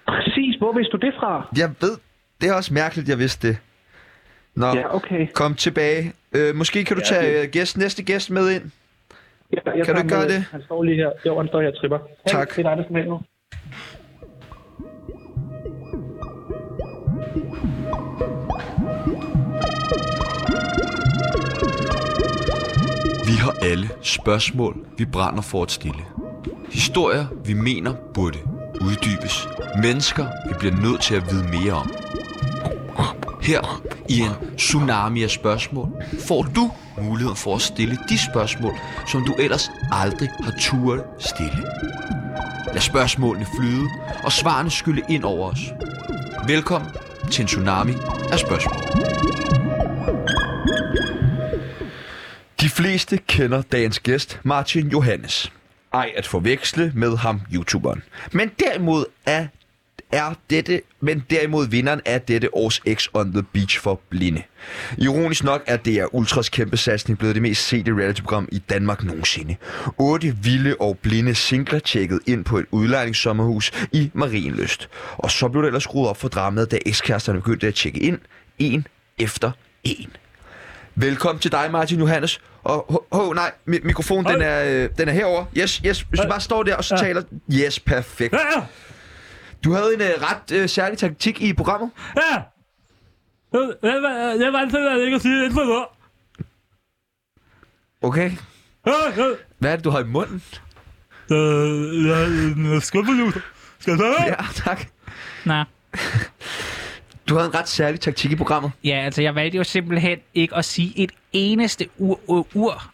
S8: Præcis, hvor vidste du det fra?
S2: Jeg ved, det er også mærkeligt, jeg vidste det. Nå,
S8: Ja, okay.
S2: kom tilbage. Øh, måske kan du
S8: Ja,
S2: tage øh, gæst, næste gæst med ind.
S8: Jeg, jeg
S2: Kan du
S8: tager
S2: ikke gøre
S8: med.
S2: det?
S8: Han står lige her. Jo, han står her og tripper. Hey,
S2: Tak.
S8: Det er dig, der skal med nu.
S9: Vi har alle spørgsmål, vi brænder for at stille. Historier, vi mener burde uddybes. Mennesker, vi bliver nødt til at vide mere om. Her i en tsunami af spørgsmål får du muligheden for at stille de spørgsmål, som du ellers aldrig har turet stille. Lad spørgsmålene flyde, og svarene skylle ind over os. Velkommen til en tsunami af spørgsmål.
S2: De fleste kender dagens gæst, Martin Johannes. Ej at forveksle med ham, YouTuberen. Men derimod er, er dette, men derimod vinderen af dette års X on the Beach for blinde. Ironisk nok er det af Ultras kæmpe satsning blevet det mest sete reality-program i Danmark nogensinde. Otte vilde og blinde singler tjekkede ind på et udlejningssommerhus i Marienløst. Og så blev det ellers skruet op for dramaet, da ekskæresterne begyndte at tjekke ind, en efter en. Velkommen til dig, Martin Johannes. Og ho, ho, nej, mi- mikrofonen den er, øh, den er herover. Yes, yes. Hvis du bare står der og så taler... Yes, perfekt.
S10: Ja!
S2: Du havde en øh, ret øh, særlig taktik i programmet.
S10: Ja! Jeg var,
S5: øh,
S10: jeg var altid ikke at sige et for noget.
S2: Okay.
S10: Øh, øh,
S2: Hvad er det, du har i munden?
S10: øh, Jeg er en skubbelus. Skal jeg så høre?
S2: Ja, tak.
S5: Nå.
S2: Du havde en ret særlig taktik i programmet.
S5: Ja, altså, jeg valgte jo simpelthen ikke at sige et eneste ur. ur, ur.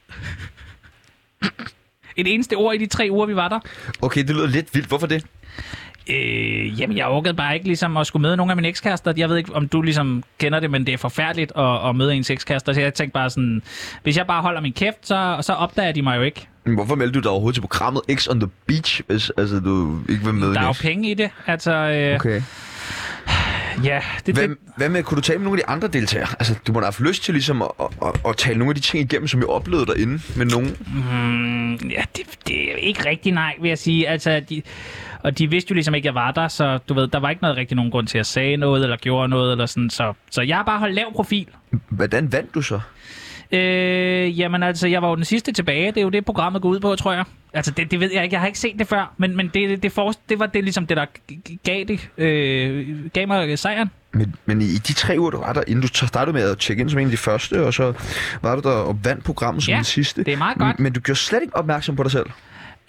S5: Et eneste ord i de tre uger, vi var der.
S2: Okay, det lyder lidt vildt. Hvorfor det?
S5: Øh, jamen, jeg orkede bare ikke ligesom at skulle møde nogen af mine ekskærester. Jeg ved ikke, om du ligesom kender det, men det er forfærdeligt at, at møde ens ekskærester. Så jeg tænkte bare sådan, hvis jeg bare holder min kæft, så, så opdager de mig jo ikke.
S2: Men Hvorfor meldte du dig overhovedet til programmet X on the Beach, hvis altså, du ikke vil med
S5: Der er jo
S2: Niels?
S5: penge i det. Altså, øh, okay.
S2: Okay.
S5: ja, det, det,
S2: Hvad, hvad med, kunne du tale med nogle af de andre deltagere? Altså, du må da have haft lyst til ligesom at, at, at, at tale nogle af de ting igennem, som jeg oplevede derinde med nogen.
S5: Mm, ja, det, det er ikke rigtig nej, vil jeg sige. Altså, de, og de vidste jo ligesom ikke, at jeg var der, så du ved, der var ikke noget rigtig nogen grund til, at jeg sagde noget, eller gjorde noget, eller sådan, så, så jeg har bare holdt lav profil.
S2: Hvordan vandt du så?
S5: Øh, jamen altså, jeg var jo den sidste tilbage, det er jo det, programmet går ud på, tror jeg. Altså, det, det ved jeg ikke, jeg har ikke set det før, men, men det, det, det, for, det var det ligesom det, der g- g- gav, det, øh, gav mig sejren.
S2: Men, men i de tre uger, du var der, inden du så startede med at tjekke ind som en af de første, og så var du der og vandt programmet som
S5: Ja,
S2: den sidste.
S5: det er meget godt.
S2: Men, men du gjorde slet ikke opmærksom på dig selv.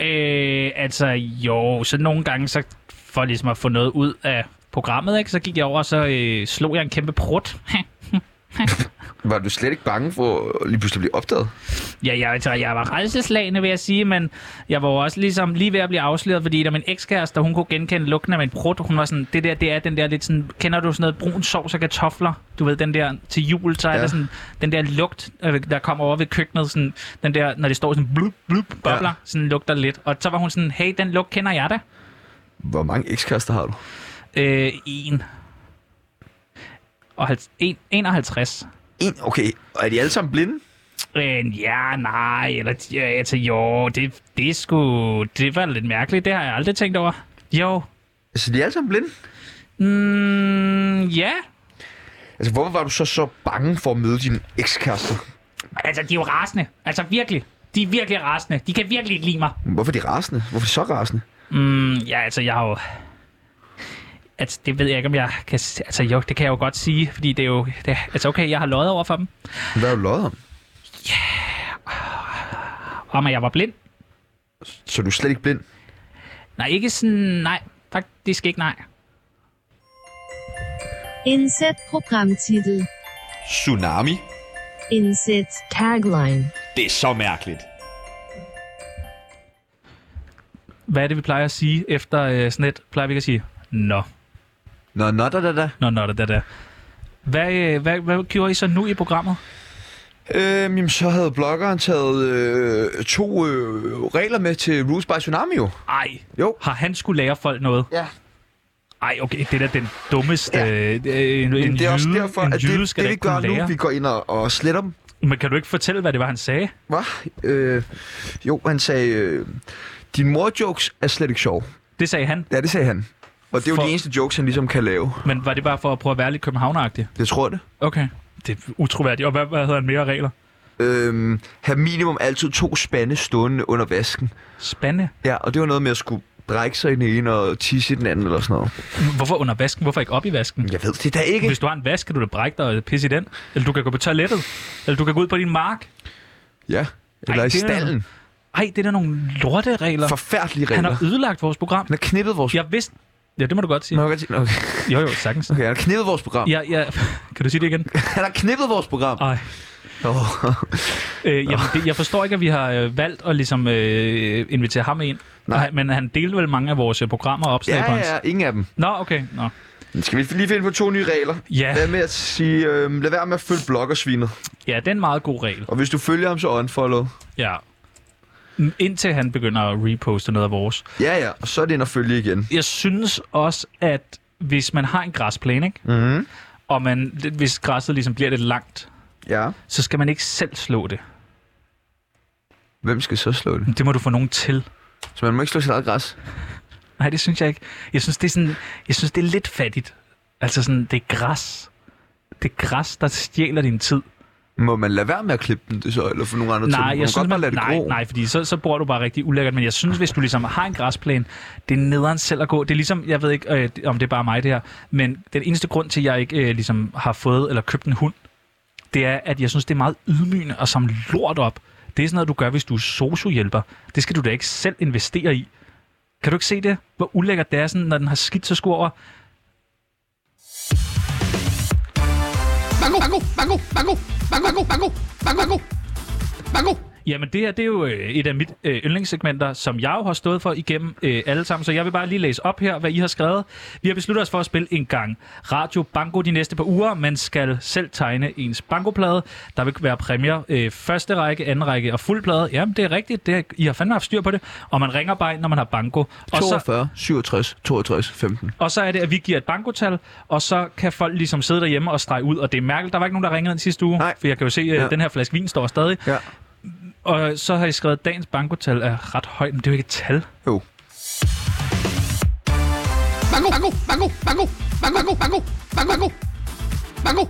S5: Øh, altså, jo, så nogle gange, så for ligesom at få noget ud af programmet, ikke, så gik jeg over, og så øh, slog jeg en kæmpe prut.
S2: Var du slet ikke bange for at lige pludselig blive opdaget?
S5: Ja, jeg, altså, jeg var rejseslagende, vil jeg sige, men jeg var jo også ligesom lige ved at blive afsløret, fordi da min ekskæreste, hun kunne genkende lugten af min brud, hun var sådan, det der, det er den der lidt sådan, kender du sådan noget brun sovs og kartofler? Du ved, den der til jul, så er
S2: Ja.
S5: ja. der sådan, den der lugt, øh, der kommer over ved køkkenet, sådan, den der, når det står sådan, blup, blup, bobler, ja. sådan lugter lidt. Og så var hun sådan, hey, den lugt kender jeg da.
S2: Hvor mange ekskærester har du?
S5: Øh, en. Og halv- en, 51.
S2: En, okay. Og er de alle sammen blinde?
S5: Øh, ja, nej, eller ja, altså, jo, det, det er sgu, det var lidt mærkeligt, det har jeg aldrig tænkt over. Jo,
S2: Altså, de er alle sammen blinde?
S5: mm, ja,
S2: Altså, hvorfor var du så så bange for at møde din ekskæreste?
S5: altså, de er jo rasende, altså virkelig, de er virkelig rasende, de kan virkelig ikke lide mig.
S2: Hvorfor er de rasende? Hvorfor er de så rasende?
S5: Mm, ja, altså, jeg har jo, altså, det ved jeg ikke, om jeg kan, s- altså, jo, det kan jeg jo godt sige, fordi det er jo, det, altså, okay, jeg har løjet over for dem,
S2: Hvad er du løjet om?
S5: om at jeg var blind.
S2: Så er du slet ikke blind?
S5: Nej, ikke sådan, nej, faktisk ikke nej.
S3: Inset Programmtitel.
S4: Tsunami.
S3: Inset Tagline.
S4: Det er så mærkeligt.
S1: Hvad er det, vi plejer at sige efter øh, sådan et? Plejer vi ikke at sige, nå,
S2: Nå, nå, da, da, da.
S1: nå, nå, det der, der. Hvad, øh, hvad, hvad gjorde I så nu i programmet?
S2: Øhm, jamen, så havde bloggeren taget øh, to øh, regler med til Rules by Tsunami jo.
S1: Ej,
S2: Jo.
S1: har han skulle lære folk noget?
S2: Ja.
S1: Ej, okay, det er da den dummeste...
S2: Ja.
S1: Ja. Øh, en, en
S2: det er også
S1: jyde-
S2: derfor,
S1: en
S2: at
S1: jyde
S2: det,
S1: skal da
S2: det vi
S1: ikke
S2: gør
S1: kunne
S2: nu,
S1: lære.
S2: vi går ind og, og sletter dem.
S1: Men kan du ikke fortælle, hvad det var, han sagde?
S2: Hvad? Øh, jo, han sagde, øh, din mor-jokes er slet ikke sjov.
S1: Det sagde han.
S2: Ja, det sagde han. Og det er jo
S1: For-
S2: de eneste jokes, han ligesom kan lave.
S1: Men var det bare for at prøve at være lidt københavneragtig?
S2: Det tror jeg det.
S1: Okay. Det er utroværdigt. Og hvad, hvad hedder han mere regler?
S2: Øhm, have minimum altid to spande stående under vasken.
S1: Spande.
S2: Ja, og det var noget med at skulle brække sig i den ene og tisse i den anden eller sådan noget.
S1: Hvorfor under vasken? Hvorfor ikke op i vasken?
S2: Jeg ved det da ikke.
S1: Hvis du har en vask, kan du da brække dig og pisse i den. Eller du kan gå på toilettet. Eller du kan gå ud på din mark.
S2: Ja, eller
S1: Ej,
S2: i
S1: det er-
S2: stallen.
S1: Ej, det er da nogle lorteregler.
S2: Forfærdelige regler.
S1: Han har ødelagt vores program.
S2: Han har knippet vores...
S1: Jeg vidste... Ja, det må du godt sige.
S2: Nå, jeg kan sige- okay.
S1: Jo, jo, sagtens.
S2: okay, han har knippet vores program.
S1: Ja, ja. Kan du sige det igen?
S2: Han har knippet vores program.
S1: Ej.
S2: Oh.
S1: Øh, jamen, det, jeg forstår ikke, at vi har øh, valgt at ligesom, øh, invitere ham ind.
S2: Nej.
S1: Nej. Nej, men han delte vel mange af vores øh, programmer og opslag
S2: Ja,
S1: på hans.
S2: ja, ja, ingen af dem.
S1: Nå, okay. Nå.
S2: Skal vi lige finde på to nye regler?
S1: Ja.
S2: Lad med at sige, øh, lad være med at følge bloggersvinet.
S1: ja, det er en meget god regel.
S2: Og hvis du følger ham, så unfollow.
S1: Ja. Mm, Indtil han begynder at reposte noget af vores.
S2: Ja, ja, og så er det ind at følge igen.
S1: Jeg synes også, at hvis man har en græsplæne, ikke?
S2: Mhm.
S1: og man, hvis græsset ligesom bliver lidt langt,
S2: Ja.
S1: så skal man ikke selv slå det.
S2: Hvem skal så slå det?
S1: Det må du få nogen til.
S2: Så man må ikke slå sit eget græs.
S1: Nej, det synes jeg ikke. Jeg synes, det er, sådan, jeg synes, det er lidt fattigt. Altså sådan, det er græs. Det er græs, der stjæler din tid.
S2: Må man lade være med at klippe den, det så, eller få nogle andre til?
S1: Nej,
S2: man
S1: jeg synes,
S2: godt bare
S1: man,
S2: lade det
S1: nej,
S2: gro.
S1: nej, fordi så, så bruger du bare rigtig ulækkert. Men jeg synes, hvis du ligesom har en græsplæne, det er nederen selv at gå. Det er ligesom, jeg ved ikke, øh, om det er bare mig det her, men den eneste grund til, at jeg ikke øh, ligesom har fået eller købt en hund, det er, at jeg synes, det er meget ydmygende at samle lort op. Det er sådan noget, du gør, hvis du er sociohjælper. Det skal du da ikke selv investere i. Kan du ikke se det? Hvor ulækkert det er, sådan, når den har skidt, så skulle over.
S9: Mango, mango, mango, mango, mango, mango, mango, mango, mango.
S1: Jamen det her, det er jo øh, et af mit øh, yndlingssegmenter, som jeg jo har stået for igennem øh, alle sammen, så jeg vil bare lige læse op her, hvad I har skrevet. Vi har besluttet os for at spille en gang Radio Bango de næste par uger. Man skal selv tegne ens bankoplade. Der vil være præmier øh, første række, anden række og fuld plade. Jamen det er rigtigt, det er, I har fandme haft styr på det. Og man ringer bare ind, når man har banko. Og så,
S2: 42, 67, 62, 15.
S1: og så er det, at vi giver et bankotal, og så kan folk ligesom sidde derhjemme og strege ud. Og det er mærkeligt, der var ikke nogen, der ringede ind sidste uge,
S2: Nej.
S1: for jeg kan jo se, at
S2: Ja.
S1: ja. den her flaske vin står stadig.
S2: Ja.
S1: Og så har I skrevet, at dagens bankotal er ret højt, men det er jo ikke et tal.
S2: Jo.
S9: Mango, mango, mango, mango, mango, mango, mango, mango.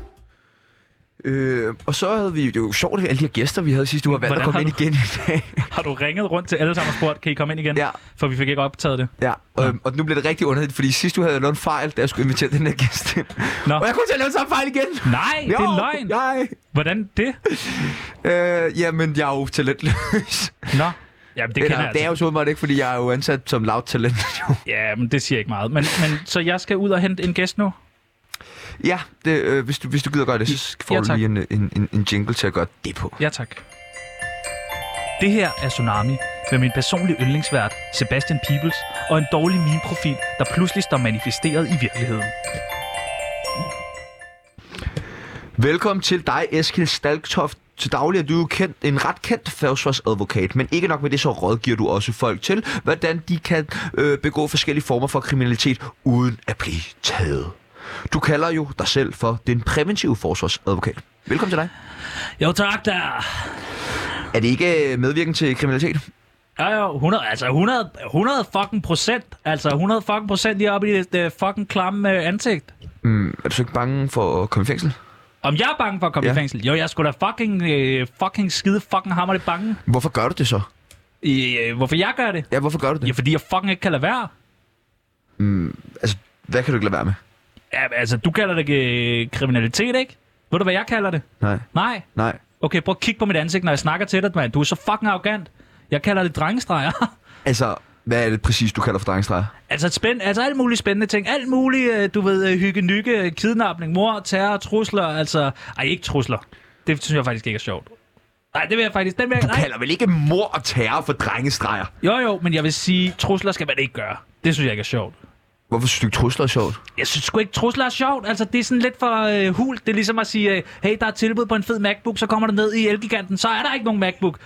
S2: Øh, og så havde vi det var jo sjovt, at alle de her gæster, vi havde sidste uge, har valgt at
S1: Hvordan
S2: komme ind
S1: har
S2: igen i dag.
S1: Har du ringet rundt til alle sammen og spurgt, kan I komme ind igen?
S2: Ja.
S1: For vi fik ikke optaget det.
S2: Ja, og, øhm, og nu bliver det rigtig underligt, fordi sidste uge havde jeg lavet en fejl, da jeg skulle invitere den her gæst ind.
S1: Nå.
S2: Og jeg kunne til at lave samme fejl igen.
S1: Nej, det er løgn!
S2: Nej.
S1: Hvordan det?
S2: Øh, jamen, jeg er jo talentløs.
S1: Nå. Jamen, det
S2: Det,
S1: kender
S2: Eller,
S1: jeg
S2: det er
S1: altså.
S2: jo så meget ikke, fordi jeg er jo ansat som lavt talent. Jo.
S1: Ja, men det siger ikke meget. Men, men, så jeg skal ud og hente en gæst nu?
S2: Ja, det, øh, hvis, du, hvis du gider gøre det, så får
S1: Ja,
S2: ja, du
S1: tak.
S2: lige en, øh, en, en, en jingle til at gøre det på.
S1: Ja, tak. Det her er Tsunami med min personlige yndlingsvært, Sebastian Peebles, og en dårlig meme-profil, der pludselig står manifesteret i virkeligheden.
S2: Velkommen til dig, Eskil Stalktoft. Til daglig er du jo kendt, en ret kendt forsvarsadvokat, men ikke nok med det, så rådgiver du også folk til, hvordan de kan øh, begå forskellige former for kriminalitet, uden at blive taget. Du kalder jo dig selv for den præventive forsvarsadvokat. Velkommen til dig.
S1: Jo tak der!
S2: Er det ikke øh, medvirken til kriminalitet?
S1: Jo jo, 100, altså 100, 100 fucking procent. Altså 100 fucking procent lige oppe i det, det fucking klamme øh, ansigt.
S2: Mm, er du så ikke bange for at komme i fængsel?
S1: Om jeg er bange for at komme ja.
S2: Ja.
S1: i fængsel? Jo, jeg skulle da fucking, øh, fucking skide fucking hammer det bange.
S2: Hvorfor gør du det så?
S1: I, øh, hvorfor jeg gør det?
S2: Ja, hvorfor gør du det?
S1: Ja, fordi jeg fucking ikke kan lade være.
S2: Altså, hvad kan du ikke lade være med?
S1: Ja, altså, du kalder det øh, kriminalitet, ikke? Ved du, hvad jeg kalder det?
S2: Nej,
S1: Nej.
S2: nej.
S1: Okay, prøv at kigge på mit ansigt, når jeg snakker til dig, mand. Du er så fucking arrogant. Jeg kalder det drengestreger.
S2: Altså, hvad er det præcis, du kalder for drengestreger?
S1: altså, spænd, altså alt muligt spændende ting. Alt muligt, øh, du ved, øh, hygge, nykke, øh, kidnapning, mor, terror, trusler. Altså, ej, ikke trusler. Det synes jeg faktisk ikke er sjovt. Nej, det vil jeg faktisk. Den vil jeg,
S2: Du
S1: nej.
S2: kalder vel ikke mor og terror for drengestreger?
S1: Jo, jo, men jeg vil sige, trusler skal man ikke gøre. Det synes jeg ikke er sjovt.
S2: Hvorfor synes du ikke trusler er sjovt?
S1: Jeg synes sgu ikke, trusler er sjovt. Altså, det er sådan lidt for øh, hult. Det er ligesom at sige, øh, hey, der er tilbud på en fed MacBook, så kommer du ned i Elgiganten, så er der ikke nogen MacBook.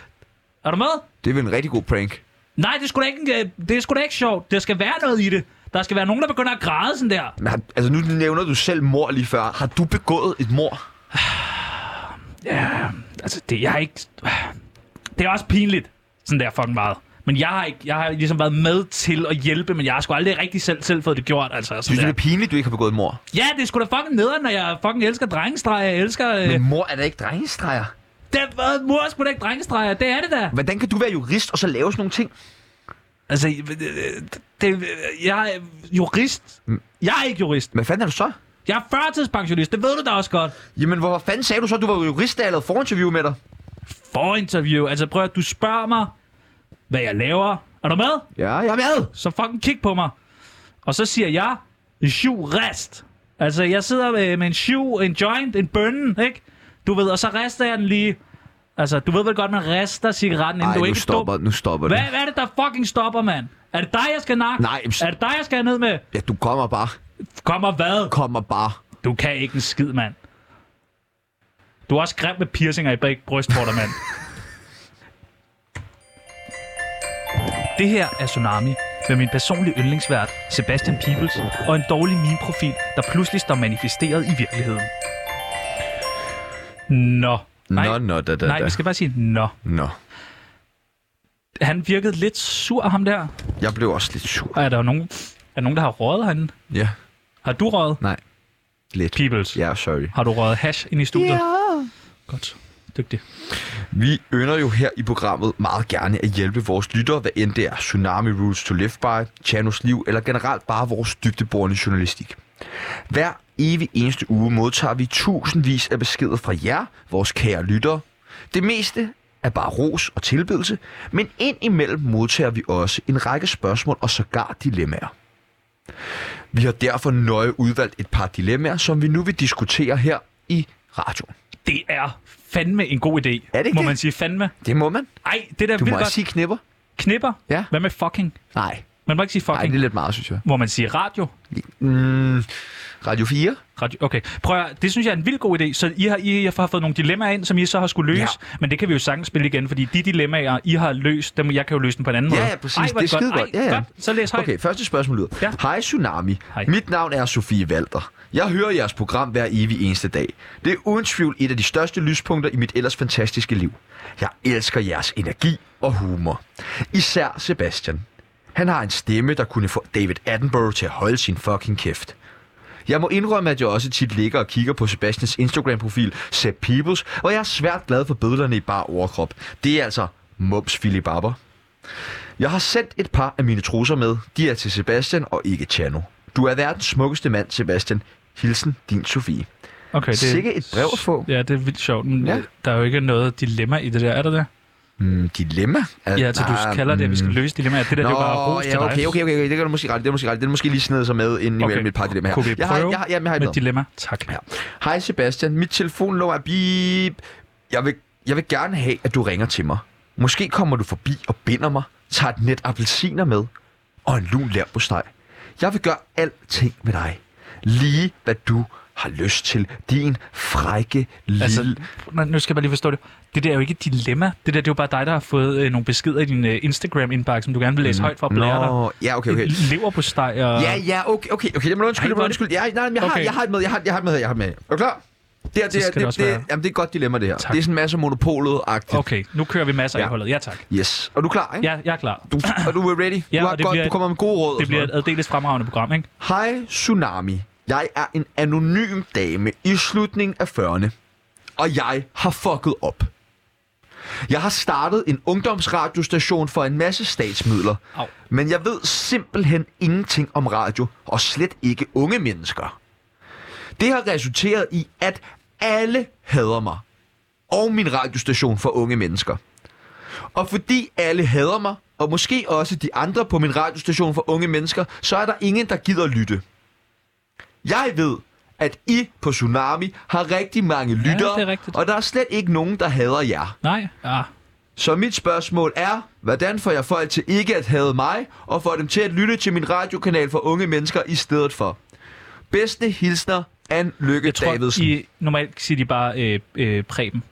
S1: Er du med?
S2: Det er vel en rigtig god prank.
S1: Nej, det er sgu da ikke, en- øh, det er sgu da ikke sjovt. Der skal være noget i det. Der skal være nogen, der begynder at græde sådan der.
S2: Men har, altså, nu nævner du selv mor lige før. Har du begået et mor?
S1: Altså, det, jeg har ikke... Det er også pinligt, sådan der fucking meget. Men jeg har, ikke, jeg har ligesom været med til at hjælpe, men jeg har sgu aldrig rigtig selv, selv fået det gjort. Altså,
S2: Synes
S1: sådan
S2: du, det
S1: der.
S2: er pinligt, du ikke har begået et mor?
S1: Ja, det er sgu da fucking nederen, når jeg fucking elsker drengestreger. Jeg elsker... Øh,
S2: Men
S1: men...
S2: mor er da ikke drengestreger.
S1: Det er, mor er sgu da ikke drengestreger. Det er det da.
S2: Hvordan kan du være jurist og så lave sådan nogle ting?
S1: Altså, øh, øh, det, øh, jeg er jurist. Jeg er ikke jurist.
S2: Hvad fanden er du så?
S1: Jeg er førtidspensionist. Det ved du da også godt.
S2: Jamen, hvor fanden sagde du så, at du var jurist, da jeg lavede forinterview med dig?
S1: forinterview. Altså prøv at du spørger mig, hvad jeg laver. Er du med?
S2: Ja, jeg er med.
S1: Så fucking kig på mig. Og så siger jeg, syv rest. Altså jeg sidder med, med en syv, en joint, en bønne, ikke? Du ved, og så rester jeg den lige. Altså, du ved vel godt, man rester cigaretten, inden
S2: Nej,
S1: du
S2: nu
S1: ikke
S2: stopper,
S1: Stop.
S2: nu stopper
S1: Hvad,
S2: det.
S1: hvad er det, der fucking stopper, mand? Er det dig, jeg skal nakke?
S2: Nej, men s-
S1: Er det dig, jeg skal ned med?
S2: Ja, du kommer bare.
S1: Kommer hvad?
S2: Kommer bare.
S1: Du kan ikke en skid, mand. Du er også grim med piercinger i begge brystvorter, mand. Det her er Tsunami med min personlige yndlingsvært, Sebastian Peebles, og en dårlig meme-profil, der pludselig står manifesteret i virkeligheden. Nå. Nej,
S2: Nå, nå, da, da,
S1: nej,
S2: da.
S1: vi skal bare sige nå.
S2: Nå.
S1: Han virkede lidt sur, ham der.
S2: Jeg blev også lidt sur.
S1: Og er der nogen, er nogen der har røget han?
S2: Ja,
S1: Har du røget?
S2: lidt.
S1: Peebles,
S2: Ja, sorry.
S1: har du røget hash ind i studiet? Ja. Godt. Dygtig.
S2: Vi ynder jo her i programmet meget gerne at hjælpe vores lyttere, hvad end det er Tsunami Rules to Live By, Chanos Liv eller generelt bare vores dybdeborende journalistik. Hver evig eneste uge modtager vi tusindvis af beskeder fra jer, vores kære lyttere. Det meste er bare ros og tilbedelse, men indimellem modtager vi også en række spørgsmål og sågar dilemmaer. Vi har derfor nøje udvalgt et par dilemmaer, som vi nu vil diskutere her i radioen.
S1: Det er fandme en god idé.
S2: Er det ikke
S1: Må
S2: det?
S1: man sige fandme?
S2: Det må man.
S1: Ej, det der
S2: Du
S1: vildt
S2: må
S1: godt.
S2: også sige knipper.
S1: Knipper?
S2: Ja.
S1: Hvad med fucking?
S2: Nej,
S1: Man må ikke sige
S2: Nej,
S1: fucking.
S2: det er
S1: Ej,
S2: lidt meget, synes jeg.
S1: Må man sige radio?
S2: Mm, Radio 4?
S1: radio? Okay, prøv at, høre, det synes jeg er en vild god idé. Så I har, I har fået nogle dilemmaer ind, som I så har skulle løse. Ja. Men det kan vi jo sagtens spille igen, fordi de dilemmaer, I har løst, dem, jeg kan jo løse dem på en anden
S2: Ja,
S1: måde.
S2: ja, præcis.
S1: hvor
S2: Det er
S1: godt.
S2: skidegodt.
S1: Ej,
S2: Ja, ja.
S1: Godt. Så læs højt.
S2: Okay, første spørgsmål lyder.
S1: Ja.
S2: Ja. Hej Tsunami.
S1: Hej.
S2: Mit navn er Sofie Walter. Jeg hører jeres program hver evig eneste dag. Det er uden tvivl et af de største lyspunkter i mit ellers fantastiske liv. Jeg elsker jeres energi og humor. Især Sebastian. Han har en stemme, der kunne få David Attenborough til at holde sin fucking kæft. Jeg må indrømme, at jeg også tit ligger og kigger på Sebastians Instagram-profil, Sepp Peoples, og jeg er svært glad for billederne i bar overkrop. Det er altså mums filibaber. Jeg har sendt et par af mine trusser med. De er til Sebastian og ikke Chano. Du er verdens smukkeste mand, Sebastian. Hilsen, din Sofie.
S1: okay det,
S2: Sikke et brev at få.
S1: Ja, det er vildt sjovt. Men
S2: Ja.
S1: ja. Der er jo ikke noget dilemma i det der, er der det?
S2: Mm, dilemma? Al- Ah, hmm.
S1: Ja, så du kalder det, at vi skal løse dilemmaer. Det der, det er jo bare ros
S2: Mm. ja,
S1: til dig.
S2: okay, okay, okay, okay, det gør du måske ret, det er måske ret. Det er måske lige snedet sig med ind imellem okay. et par dilemmaer her.
S1: Kunne vi
S2: jeg har,
S1: prøve
S2: jeg, har, jamen, jeg har et
S1: med
S2: med.
S1: dilemma? Tak. Ja.
S2: Hej Sebastian, mit telefonnummer er bip. Jeg vil, jeg vil gerne have, at du ringer til mig. Måske kommer du forbi og binder mig, tager et net appelsiner med og en lun lær på steg. Jeg vil gøre alting med dig. Lige hvad du har lyst til. Din frække lille...
S1: Altså, nej, nu skal jeg bare lige forstå det. Det der er jo ikke et dilemma. Det der det er jo bare dig, der har fået øh, nogle beskeder i din øh, Instagram-indbakke, som du gerne vil læse højt for at blære dig.
S2: Mm. Nå, ja, okay, okay.
S1: Lever på steg og...
S2: Ja, ja, okay, okay, okay. Jamen, undskyld,
S1: Ej,
S2: jamen,
S1: hvor-
S2: undskyld. Ja, nej, men jeg, har,
S1: Okay.
S2: jeg har et med, jeg har, jeg har et med, her, jeg har et med. her. Er du klar? Det, her, det,
S1: Så
S2: her,
S1: skal det
S2: det,
S1: også
S2: det,
S1: være-
S2: jamen, det er et godt dilemma, det her.
S1: Tak.
S2: Det er sådan en masse monopolet-agtigt.
S1: Okay, nu kører vi masser af
S2: Ja.
S1: ja. holdet. Ja, tak.
S2: Yes. Er du klar, ikke?
S1: Ja, jeg er klar.
S2: Du, er du ready?
S1: Ja,
S2: du, har
S1: og det
S2: godt,
S1: bliver-
S2: du kommer med gode råd. og
S1: Det
S2: sådan
S1: bliver et aldeles fremragende program, ikke?
S2: noget. Hej, Tsunami. Jeg er en anonym dame i slutningen af 40'erne. Og jeg har fucket op. Jeg har startet en ungdomsradiostation for en masse statsmidler.
S1: Au.
S2: Men jeg ved simpelthen ingenting om radio, og slet ikke unge mennesker. Det har resulteret i, at alle hader mig. Og min radiostation for unge mennesker. Og fordi alle hader mig, og måske også de andre på min radiostation for unge mennesker, så er der ingen, der gider lytte. Jeg ved, at I på Tsunami har rigtig mange lyttere,
S1: det er rigtigt.
S2: og der er slet ikke nogen, der hader jer.
S1: Nej? Ah. Ja.
S2: Så mit spørgsmål er, hvordan får jeg folk til ikke at hade mig, og får dem til at lytte til min radiokanal for unge mennesker i stedet for? Bedste hilsner, Anne Lykke
S1: Jeg tror,
S2: Davidsen.
S1: I, normalt siger de bare øh, øh, Preben.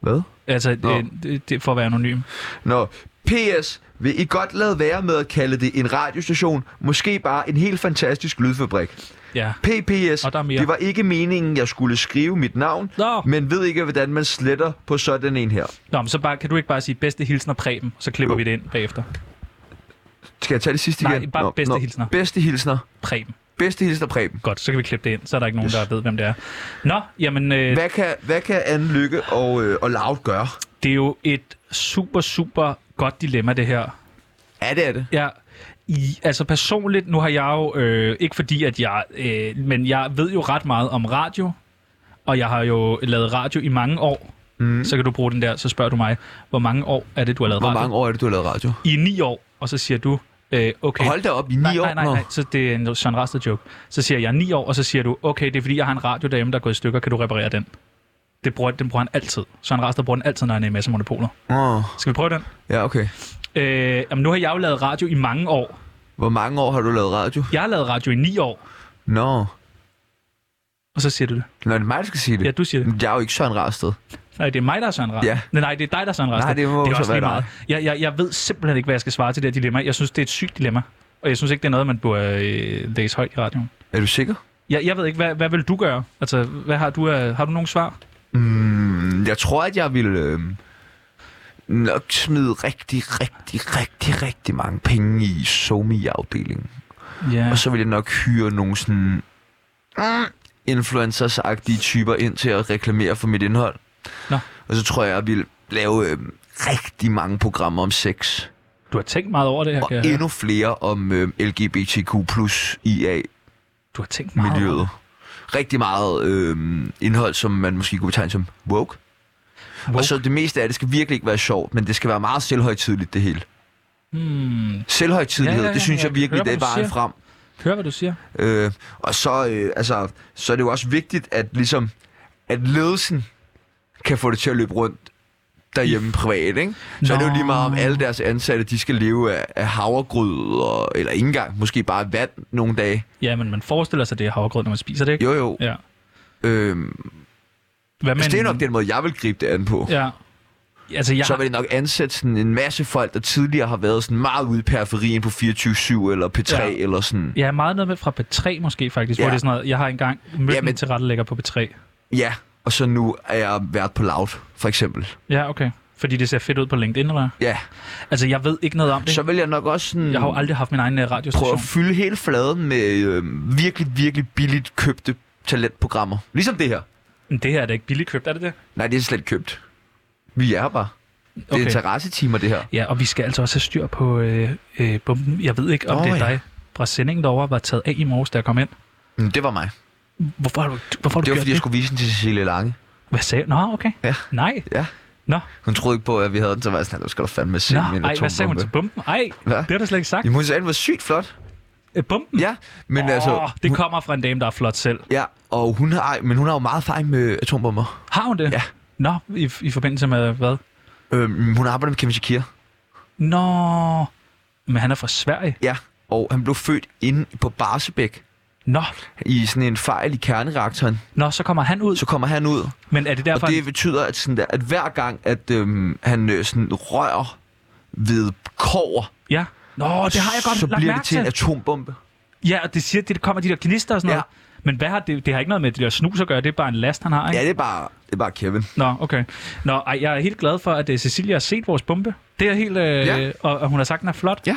S2: Hvad?
S1: Altså,
S2: Nå.
S1: øh, det, det, for at være anonym.
S2: Nå, PS, vil I godt lade være med at kalde det en radiostation, måske bare en helt fantastisk lydfabrik?
S1: Ja.
S2: PPS,
S1: Og der er mere.
S2: det var ikke meningen, jeg skulle skrive mit navn,
S1: Nå.
S2: men ved ikke, hvordan man sletter på sådan en her.
S1: Nå, men så bare, kan du ikke bare sige bedste hilsner Preben, så klipper
S2: Jo.
S1: vi det ind bagefter.
S2: Skal jeg tage det sidste
S1: Nej,
S2: igen?
S1: bare bedste hilsner.
S2: Bedste hilsner.
S1: Preben.
S2: Bedste hilsner, Preben.
S1: Godt, så kan vi klippe det ind, så er der ikke nogen, der ved, hvem det er. Nå, jamen, øh,
S2: Hvad kan, hvad kan Anne Lykke og, øh, og Loud gøre?
S1: det er jo et super, super godt dilemma, det her.
S2: Ja, det er det.
S1: Ja, i, altså personligt, nu har jeg jo, øh, ikke fordi at jeg, øh, men jeg ved jo ret meget om radio, og jeg har jo lavet radio i mange år. Mm. Så kan du bruge den der, så spørger du mig, hvor mange år er det, du har lavet
S2: Hvor
S1: radio?
S2: mange år er det, du har lavet radio?
S1: I ni år, og så siger du, øh, okay.
S2: Hold da op, i ni
S1: nej,
S2: år?
S1: nej, nej,
S2: Nå.
S1: nej, så det er en Søren Rasted joke. Så siger jeg ni år, og så siger du, okay, det er fordi, jeg har en radio derhjemme, der er gået i stykker, kan du reparere den? Det bruger, den bruger han altid. Søren Rasted bruger den altid, når han er i masse monopoler.
S2: Åh,
S1: Skal vi prøve den?
S2: ja, okay.
S1: Øh, jamen, nu har jeg jo lavet radio i mange år.
S2: Hvor mange år har du lavet radio?
S1: Jeg har lavet radio i ni år,
S2: Nå.
S1: og så siger du det.
S2: Nå, det er mig, der skal sige det.
S1: Ja, du siger det.
S2: Men Jeg er jo ikke Søren Rasted.
S1: Nej, det er mig, der er Søren Rasted.
S2: Mm. Ja.
S1: Nej, nej, det er dig, der er Søren Rasted.
S2: Nej, det må
S1: det er
S2: så
S1: også
S2: være
S1: lige meget. Jeg, jeg, jeg ved simpelthen ikke, hvad jeg skal svare til det her dilemma. Jeg synes, det er et sygt dilemma. Og jeg synes ikke, det er noget, man burde øh, læse højt i radioen.
S2: Er du sikker?
S1: Jeg, jeg ved ikke, hvad, hvad vil du gøre? Altså, hvad har du, øh, har du nogle svar?
S2: Mm, jeg tror, at jeg ville øh, nok smide rigtig, rigtig, rigtig, rigtig mange penge i Somi-afdelingen.
S1: Ja.
S2: Og så ville jeg nok hyre nogle sådan mm, influencers-agtige typer ind til at reklamere for mit indhold.
S1: Nå.
S2: Og så tror jeg, jeg ville lave øh, rigtig mange programmer om sex.
S1: Du har tænkt meget over det her,
S2: Og
S1: kan jeg
S2: ja.
S1: høre.
S2: endnu flere om øh, LGBTQ plus IA-miljøet.
S1: Du har tænkt meget over det.
S2: Rigtig meget øh, indhold, som man måske kunne betegne som woke. woke. Og så det meste af det skal virkelig ikke være sjovt, men det skal være meget selvhøjtidligt, det hele.
S1: Hmm.
S2: Selvhøjtidlighed, ja, ja, ja, det synes
S1: ja,
S2: jeg
S1: jeg
S2: virkelig,
S1: hører,
S2: det er
S1: hvad du
S2: vejen
S1: siger.
S2: frem.
S1: Hør, hvad du siger.
S2: Øh, og så, øh, altså, så er det jo også vigtigt, at, ligesom, at ledelsen kan få det til at løbe rundt derhjemme privat, ikke? Så er det jo
S1: Nå.
S2: lige meget om alle deres ansatte, de skal leve af, af havregryd, og, eller ikke engang, måske bare vand nogle dage.
S1: Ja, men man forestiller sig, det er havregrød, når man spiser det, ikke?
S2: Jo, jo.
S1: Ja.
S2: Øhm,
S1: Hvad
S2: men, det er nok den måde, jeg vil gribe det an på. Ja,
S1: Ja. Altså, jeg
S2: så
S1: har-
S2: vil det nok ansætte sådan en masse folk, der tidligere har været sådan meget ude i periferien på 24-7 eller P3 ja.
S1: Ja.
S2: eller sådan.
S1: Jeg har meget noget med fra P3 måske faktisk, ja.
S2: Ja.
S1: hvor det er sådan noget, jeg har engang mødt
S2: Ja,
S1: ja,
S2: men-
S1: men... en tilrettelægger på P3.
S2: Ja, og så nu er jeg vært på Loud, for eksempel.
S1: Ja, okay. Fordi det ser fedt ud på LinkedIn, eller? hvad?
S2: Ja,
S1: Altså, jeg ved ikke noget om det.
S2: så
S1: Så...
S2: vil jeg nok også sådan...
S1: Jeg har jo aldrig haft min egen øh,
S2: prøve
S1: radiostation.
S2: at fylde hele fladen med øh, virkelig, virkelig billigt købte talentprogrammer. Ligesom det her.
S1: Men det her er da ikke billigt købt, er det det?
S2: Nej, det er slet ikke købt. Vi er her bare. Det er
S1: Okay.
S2: terrassetimer, det her.
S1: Ja, og vi skal altså også have styr på øh, øh, bomben. Jeg ved ikke, om
S2: Nå,
S1: oh, det er
S2: ja.
S1: ja. dig fra sendingen derovre, var taget af i morges, da jeg kom ind.
S2: Mm, det var mig.
S1: Hvorfor har du, hvorfor har du
S2: Det var,
S1: gjort
S2: fordi jeg skulle vise den til Cecilie Lange.
S1: Hvad sagde Nå, okay.
S2: Ja.
S1: Nej.
S2: Ja.
S1: Nå,
S2: Hun troede ikke på, at vi havde den, så var jeg sådan, at du skal da fandme se
S1: nå,
S2: min
S1: ej, hvad sagde hun til bomben? Ej,
S2: Hvad?
S1: det har du slet ikke sagt.
S2: Jamen, hun sagde, at den var sygt flot.
S1: Øh, Bomben?
S2: Ja, men oh, altså...
S1: det kommer fra en dame, der er flot selv.
S2: Ja, og hun har, ej, men hun har jo meget erfaring med atombomber.
S1: Har hun det?
S2: Ja.
S1: Nå, i, i forbindelse med hvad?
S2: Øhm, hun arbejder med Kevin Shakira.
S1: Nå, men han er fra Sverige.
S2: Ja, og han blev født inde på Barsebæk
S1: Nå,
S2: i sådan en fejl i kernereaktoren.
S1: nå så kommer han ud.
S2: Så kommer han ud,
S1: Men er det
S2: og
S1: derfor,
S2: det
S1: det...
S2: betyder, at, sådan der, at hver gang, at øhm, han øh, sådan rører ved kover,
S1: ja? Nå, det har jeg godt
S2: så
S1: lagt
S2: bliver
S1: mærke
S2: det til en atombombe.
S1: Ja, og det siger, at det kommer de der gnister og sådan
S2: Ja.
S1: ja. noget. Men hvad har det, det har ikke noget med det der snus at gøre, det er bare en last, han har, ikke?
S2: Ja, det er bare, det er bare Kevin.
S1: Nå, okay. Nå, ej, jeg er helt glad for, at uh, Cecilia har set vores bombe. Det er helt... Øh,
S2: Ja.
S1: ja. og, og hun har sagt, at den er flot.
S2: Ja.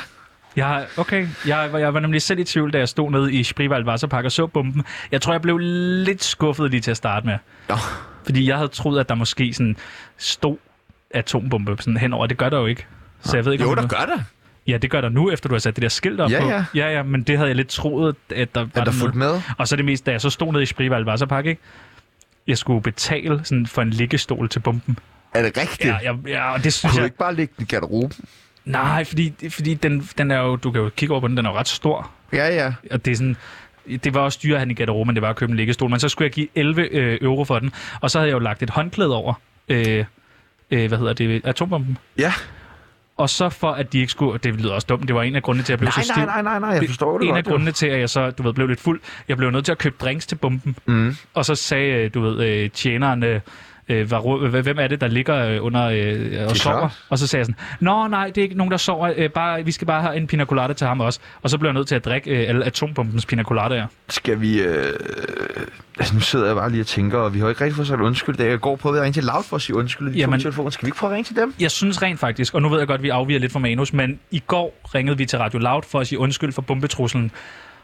S1: Jeg, har- okay, jeg, var- jeg var nemlig selv i tvivl, da jeg stod nede i Sprival Wasserpark og så bomben. Jeg tror, jeg blev lidt skuffet lige til at starte med.
S2: Nå.
S1: Fordi jeg havde troet, at der måske sådan stod atombombe sådan henover. Det gør der jo ikke. Så jeg ved ikke,
S2: Jo,
S1: om
S2: der
S1: det-
S2: gør det.
S1: Ja, det gør der nu, efter du har sat det der skilt op
S2: Ja,
S1: på.
S2: ja.
S1: ja, ja. men det havde jeg lidt troet, at der var
S2: Er der
S1: dernede.
S2: fulgt med?
S1: Og så det meste, da jeg så stod nede i Sprival Wasserpark, ikke? Jeg skulle betale sådan for en liggestol til bomben.
S2: Er det rigtigt?
S1: Ja, ja, ja og det synes
S2: Kunne du
S1: jeg...
S2: ikke bare lægge den i garderoben?
S1: Nej, fordi, fordi den, den er jo, du kan jo kigge over på den, den er jo ret stor.
S2: Ja, ja.
S1: Og det er sådan, det var også dyre at have den i garderoben, men det var at købe en liggestol. Men så skulle jeg give 11 øh, euro for den, og så havde jeg jo lagt et håndklæde over, øh, øh, hvad hedder det, atombomben.
S2: Ja.
S1: Og så for, at de ikke skulle, og det lyder også dumt, det var en af grundene til, at jeg blev
S2: Nej,
S1: så
S2: nej,
S1: stiv.
S2: nej, nej, nej, jeg forstår det
S1: en af
S2: godt. jo.
S1: grundene til, at jeg så, du ved, blev lidt fuld, jeg blev nødt til at købe drinks til bomben.
S2: Mm.
S1: Og så sagde, øh, du ved, øh, tjeneren, øh, øh, var, ru- hv- hvem er det, der ligger øh, under øh, og sover?
S2: klart.
S1: Og så sagde jeg sådan, nå nej, det er ikke nogen, der sover, øh, bare, vi skal bare have en pina colada til ham også. Og så blev jeg nødt til at drikke øh, alle atombombens pina coladaer.
S2: Skal vi... Øh... Altså, nu sidder jeg bare lige og tænker, og vi har ikke rigtig fået sagt undskyld. Da jeg går på ved at ringe til Loud for at sige undskyld, at de Jamen...
S1: Jamen-
S2: telefonen. Skal vi ikke prøve at ringe til dem?
S1: Jeg synes rent faktisk, og nu ved jeg godt, at vi afviger lidt fra manus, men i går ringede vi til Radio Loud for at sige undskyld for bombetruslen.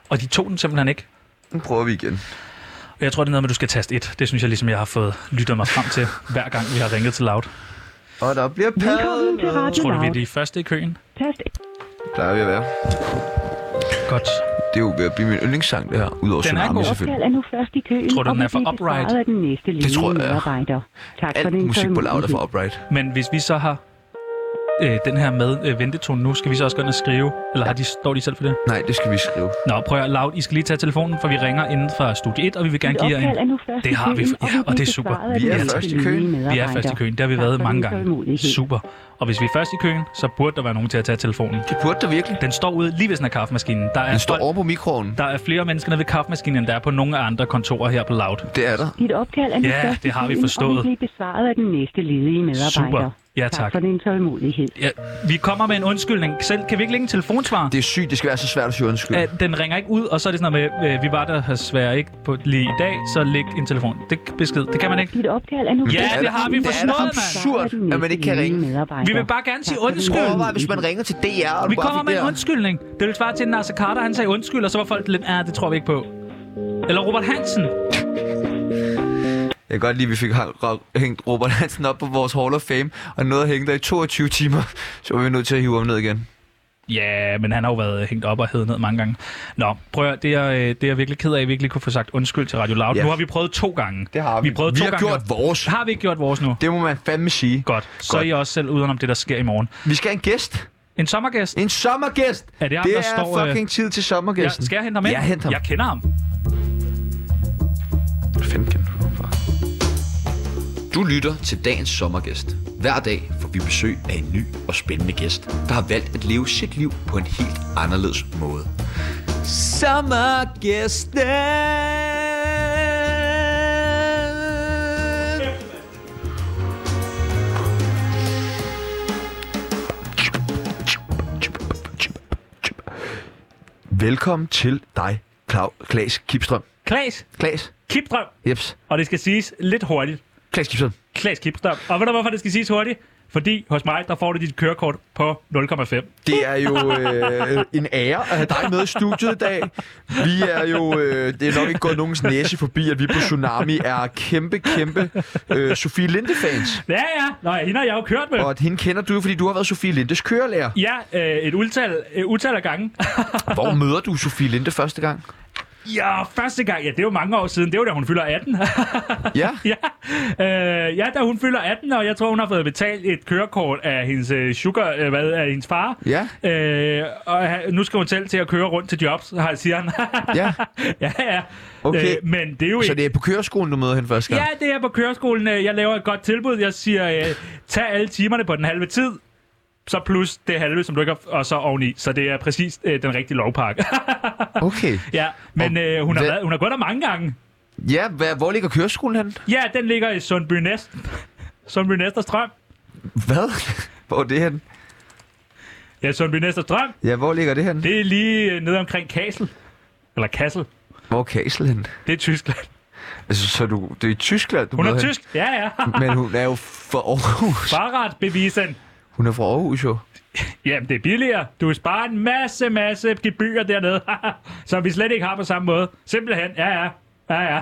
S1: Og de tog den simpelthen ikke.
S2: Nu prøver vi igen.
S1: Og jeg tror, det er noget med, at du skal taste et. Det synes jeg ligesom, jeg har fået lyttet mig frem til, hver gang vi har ringet til Loud.
S2: Og der bliver paddet.
S11: Velkommen til Radio
S1: Tror du, vi er
S11: Loud.
S1: de første i køen?
S11: Tast
S2: Plejer vi at være.
S1: Godt.
S2: Det er jo ved at blive min yndlingssang, det her. Udover
S1: Den er
S2: tsunami,
S1: god.
S2: selvfølgelig.
S11: opkald er nu først i køen,
S1: Tror du,
S11: og
S1: den er
S11: vil
S1: for
S11: blive
S1: upright?
S11: besvaret af den næste ledende
S2: tror jeg.
S11: medarbejder. Tak for
S2: Alt
S11: din
S2: musik på Loud er
S11: tålmodighed.
S2: for upright.
S1: Men hvis vi så har øh, den her med øh, ventetone nu, skal vi så også gå ind og skrive? Eller har de, står de selv for det?
S2: Nej, det skal vi skrive.
S1: Nå, prøv at høre, Loud, I skal lige tage telefonen, for vi ringer inden fra studie 1, og vi vil gerne
S11: Dit
S1: give jer
S11: opkald
S1: en...
S11: er nu først
S1: Det
S11: i
S1: har vi-
S11: køen,
S1: ja,
S11: vil
S1: og
S11: blive
S1: det er super.
S11: besvaret af
S2: Vi
S11: den
S2: er
S11: næste
S2: først i
S11: ledende
S2: køen.
S1: Vi er først i
S11: medarbejder.
S1: køen. Det har vi
S11: Tak for
S1: været
S11: din
S1: mange gange.
S11: tålmodighed.
S1: Super. Og hvis vi er først i køen, så burde der være nogen til at tage telefonen.
S2: Det burde der virkelig.
S1: Den står ude lige ved sådan af kaffemaskinen. Der er,
S2: Den står
S1: folk,
S2: over på mikroen.
S1: der er flere mennesker nede ved kaffemaskinen, end der er på nogle af andre kontorer her på Loud.
S2: Det er der.
S11: Dit opkald er nu
S1: Ja,
S11: først i
S1: det har vi
S11: køen, og
S1: forstået.
S11: vil blive besvaret af den næste ledige medarbejder.
S1: Super. Ja, tak.
S11: Tak for din tålmodighed.
S1: Ja, vi kommer med en undskyldning. Selv kan vi ikke lægge en telefonsvar?
S2: Det er sygt, det skal være så svært at sige undskyld.
S1: at den ringer ikke ud, og så er det sådan noget med, øh, vi var der desværre ikke på lige i dag, så læg en telefon. Det er besked, det kan man ikke.
S11: Dit opkald er nu
S1: Ja,
S11: først i
S1: det har vi
S11: køen, og
S1: forstået,
S11: vil blive
S1: mand.
S11: besvaret af den
S2: Absurd, at man
S11: næste
S2: ikke kan
S11: ledige
S2: ringe.
S11: medarbejder.
S1: Vi vil bare gerne sige
S11: Tak for din
S1: undskyld.
S2: Overvej,
S11: tålmodighed.
S2: hvis man ringer til DR, og du
S1: Vi
S2: bare
S1: kommer
S2: fik
S1: med en
S2: der.
S1: undskyldning. Det vil svare til, at Nasser Carter han sagde undskyld, og så var folk lidt, ah, det tror vi ikke på. Eller Robert Hansen.
S2: Jeg kan godt lide, at vi fik hang- ro- hængt Robert Hansen op på vores Hall of Fame, og noget hængt der i 22 timer, så var vi nødt til at hive ham ned igen.
S1: Ja, men han har jo været øh, hængt op og hævet ned mange gange. Nå, prøv at, høre, det, er, øh, det er jeg virkelig ked af, at vi ikke lige kunne få sagt undskyld til Radio Loud.
S2: Ja.
S1: Ja. Nu har vi prøvet to gange.
S2: Det har vi.
S1: Vi, prøvede
S2: Vi
S1: to
S2: har
S1: gange
S2: gjort
S1: nu.
S2: vores.
S1: Har vi ikke gjort vores nu?
S2: Det må man fandme sige.
S1: Godt. Så
S2: Godt.
S1: er I også selv udenom det, der sker i morgen.
S2: Vi skal have en gæst.
S1: En sommergæst.
S2: En sommergæst.
S1: Er det ham,
S2: det
S1: der
S2: er
S1: står, øh,
S2: fucking tid til
S1: Ja,
S2: sommergæsten.
S1: skal jeg hente ham ind?
S2: Ja, hent ham.
S1: Jeg kender ham.
S9: Du lytter til dagens sommergæst. Hver dag får vi besøg af en ny og spændende gæst, der har valgt at leve sit liv på en helt anderledes måde. Sommergæsten!
S2: Velkommen til dig, Klaus, Klaas Kipstrøm.
S10: Klaas
S2: Klaas,
S10: Kipdrøm.
S2: jeps.
S10: Og det skal siges lidt hurtigt.
S2: Klaas Kipstrøm.
S10: Klaas Kipdrøm. Og ved du, hvorfor det skal siges hurtigt? Fordi hos mig, der får du dit kørekort på 0,5.
S2: Det er jo øh, en ære at have dig med i studiet i dag. Vi er jo, øh, det er nok ikke gået nogens næse forbi, at vi på Tsunami er kæmpe, kæmpe øh, Sofie Linde-fans.
S10: Ja, ja. Nej, hende har jeg jo kørt med.
S2: Og hende kender du jo, fordi du har været Sofie Lindes kørelærer.
S10: Ja, øh, et utal, øh, utal af gange.
S2: Hvor møder du Sofie Linde første gang?
S1: Ja, første gang. Ja, det er jo mange år siden. Det var da hun fylder 18.
S2: Ja.
S1: ja. Øh, ja, da hun fylder 18, og jeg tror, hun har fået betalt et kørekort af hendes, øh, sugar, øh, hvad, af hendes far.
S2: Ja.
S1: Øh, og han- nu skal hun selv til at køre rundt til jobs, har- siger han.
S2: Ja.
S1: ja, ja.
S2: Okay.
S1: Øh, men det er jo
S2: Så
S1: ikke...
S2: det er på køreskolen, du møder hende første gang?
S1: Ja, det er på køreskolen. Øh, Jeg laver et godt tilbud. Jeg siger, øh, tag alle timerne på den halve tid. Så plus det halve, som du ikke har, og så oveni. Så det er præcis øh, den rigtige lovpakke.
S2: Okay.
S1: ja, men
S2: Og
S1: øh, hun, har
S2: hvad-
S1: været, hun har gået der mange gange.
S2: Ja, hvad, hvor ligger køreskolen henne?
S1: Ja, den ligger i Sundby Næst. Sundby Næst og Strøm.
S2: Hvad? Hvor er det henne?
S1: Ja, Sundby Næst og Strøm.
S2: Ja, hvor ligger det henne?
S1: Det er lige øh, nede omkring Kassel. Eller Kassel.
S2: Hvor er Kassel henne?
S1: Det er Tyskland.
S2: Altså, så du, det er i Tyskland, du
S1: Hun
S2: møder
S1: er
S2: hende.
S1: tysk. Ja, ja.
S2: Men hun er jo fra Aarhus.
S1: Fahrradbevisen.
S2: Hun er fra Aarhus, jo.
S1: Jamen, det er billigere. Du sparer en masse, masse gebyrer dernede, som vi slet ikke har på samme måde. Simpelthen, ja, ja. Ja, ja.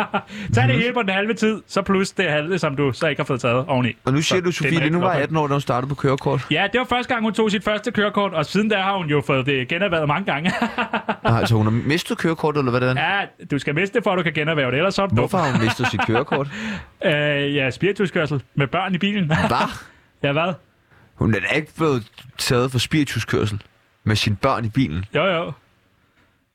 S1: Tag det hele på den halve tid, så plus det halve, som du så ikke har fået taget oveni.
S2: Og nu siger
S1: Så
S2: du,
S1: det er
S2: Sofie,
S1: en
S2: lige nu var
S1: rigtig
S2: 18 år, da hun startede på kørekort.
S1: Ja, det var første gang, hun tog sit første kørekort, og siden da har hun jo fået det generværet mange gange.
S2: Nej, altså hun har mistet kørekortet, eller hvordan?
S1: ja, du skal miste det, for at du kan genervære det, ellers så er du
S2: Hvorfor har hun mistet sit kørekort?
S1: Øh, ja, spirituskørsel med børn i bilen.
S2: Hvad?
S1: ja, hvad?
S2: Hun er da ikke blevet taget for spirituskørsel med sine børn i bilen.
S1: Jo, jo.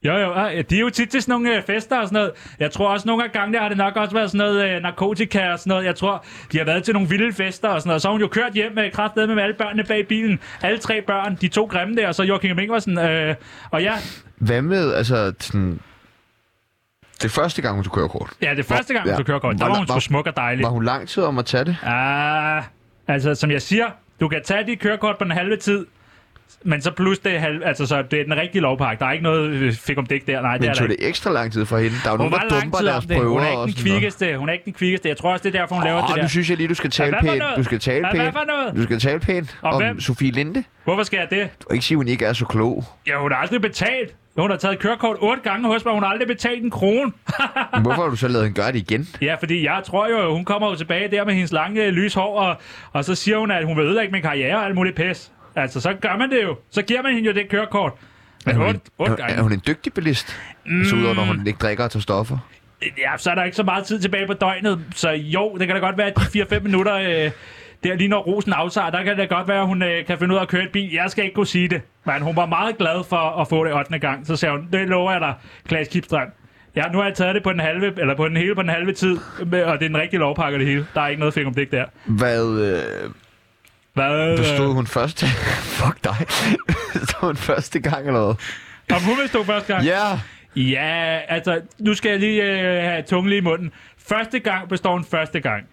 S1: Jo, jo. Ah, ja, de er jo tit til sådan nogle øh, fester og sådan noget. Jeg tror også, nogle af gangene har det nok også været sådan noget øh, narkotika og sådan noget. Jeg tror, de har været til nogle vilde fester og sådan noget. Så har hun jo kørt hjem med kraftedeme med alle børnene bag bilen. Alle tre børn, de to grimme der, og så Joachim Ingersen. Øh, og ja,
S2: Hvad med, altså, sådan... Det er første gang, hun tog kørekort.
S1: ja, det første gang, hun
S2: Ja.
S1: ja. kører godt, der
S2: Var-
S1: var hun
S2: var-
S1: sgu smuk og dejlig.
S2: Var hun lang tid om at tage det?
S1: Ah, altså, som jeg siger, du kan tage dit kørekort på den halve tid, men så plus det halve, altså så det er den rigtige lovpakke. Der er ikke noget øh, fik om dæk der, nej, det er
S2: Men
S1: der
S2: tog
S1: ikke.
S2: det ekstra lang tid for hende? Der er
S1: Hun
S2: jo nogen,
S1: var
S2: der
S1: lang
S2: dumper
S1: tid om
S2: deres
S1: det.
S2: prøver
S1: Hun er
S2: og
S1: ikke den
S2: sådan noget.
S1: kvikkeste. Hun er ikke den kvikkeste. Jeg tror også, det er derfor, hun laver det
S2: Åh,
S1: der.
S2: nu synes jeg lige, du skal tale
S1: hvad for
S2: pænt.
S1: noget?
S2: Du skal tale
S1: Ja, hvad for noget?
S2: pænt. Du skal tale pænt
S1: Og
S2: om
S1: hvem?
S2: Sofie Linde.
S1: Hvorfor skal jeg det?
S2: Du kan ikke sige, at hun ikke er så klog.
S1: Ja, hun har aldrig betalt. Hun har taget kørekort otte gange hos mig, hun har aldrig betalt en krone.
S2: Men Hvorfor har du så lavet hende gøre det igen?
S1: Ja, fordi jeg tror jo, hun kommer jo tilbage der med hendes lange øh, lyse hår, og, og så siger hun, at hun vil ødelægge min karriere og alt muligt pis. Altså, så gør man det jo. Så giver man hende jo det kørekort. Men
S2: hun,
S1: otte, otte
S2: er, er
S1: gange.
S2: hun en dygtig bilist? Mm. Så udover, når hun ikke drikker og tager stoffer.
S1: Ja, så er der ikke så meget tid tilbage på døgnet. Så jo, det kan da godt være, at de 4-5 minutter, øh, der lige når rosen aftager, der kan det godt være, at hun øh, kan finde ud af at køre et bil. Jeg skal ikke kunne sige det, men hun var meget glad for at få det 8. gang. Så sagde hun, det lover jeg dig, Klaas Kipstrand. Ja, nu har jeg taget det på den halve, eller på den hele på den halve tid, med- og det er den rigtige lovpakke og det hele. Der er ikke noget fik om det der.
S2: Hvad øh,
S1: Hvad?
S2: bestod
S1: Øh,
S2: hun første? Fuck dig. bestod hun første gang eller hvad?
S1: om hun vil stå første gang?
S2: Ja.
S1: Ja, altså, nu skal jeg lige øh, have tungen lige i munden. Første gang består hun første gang.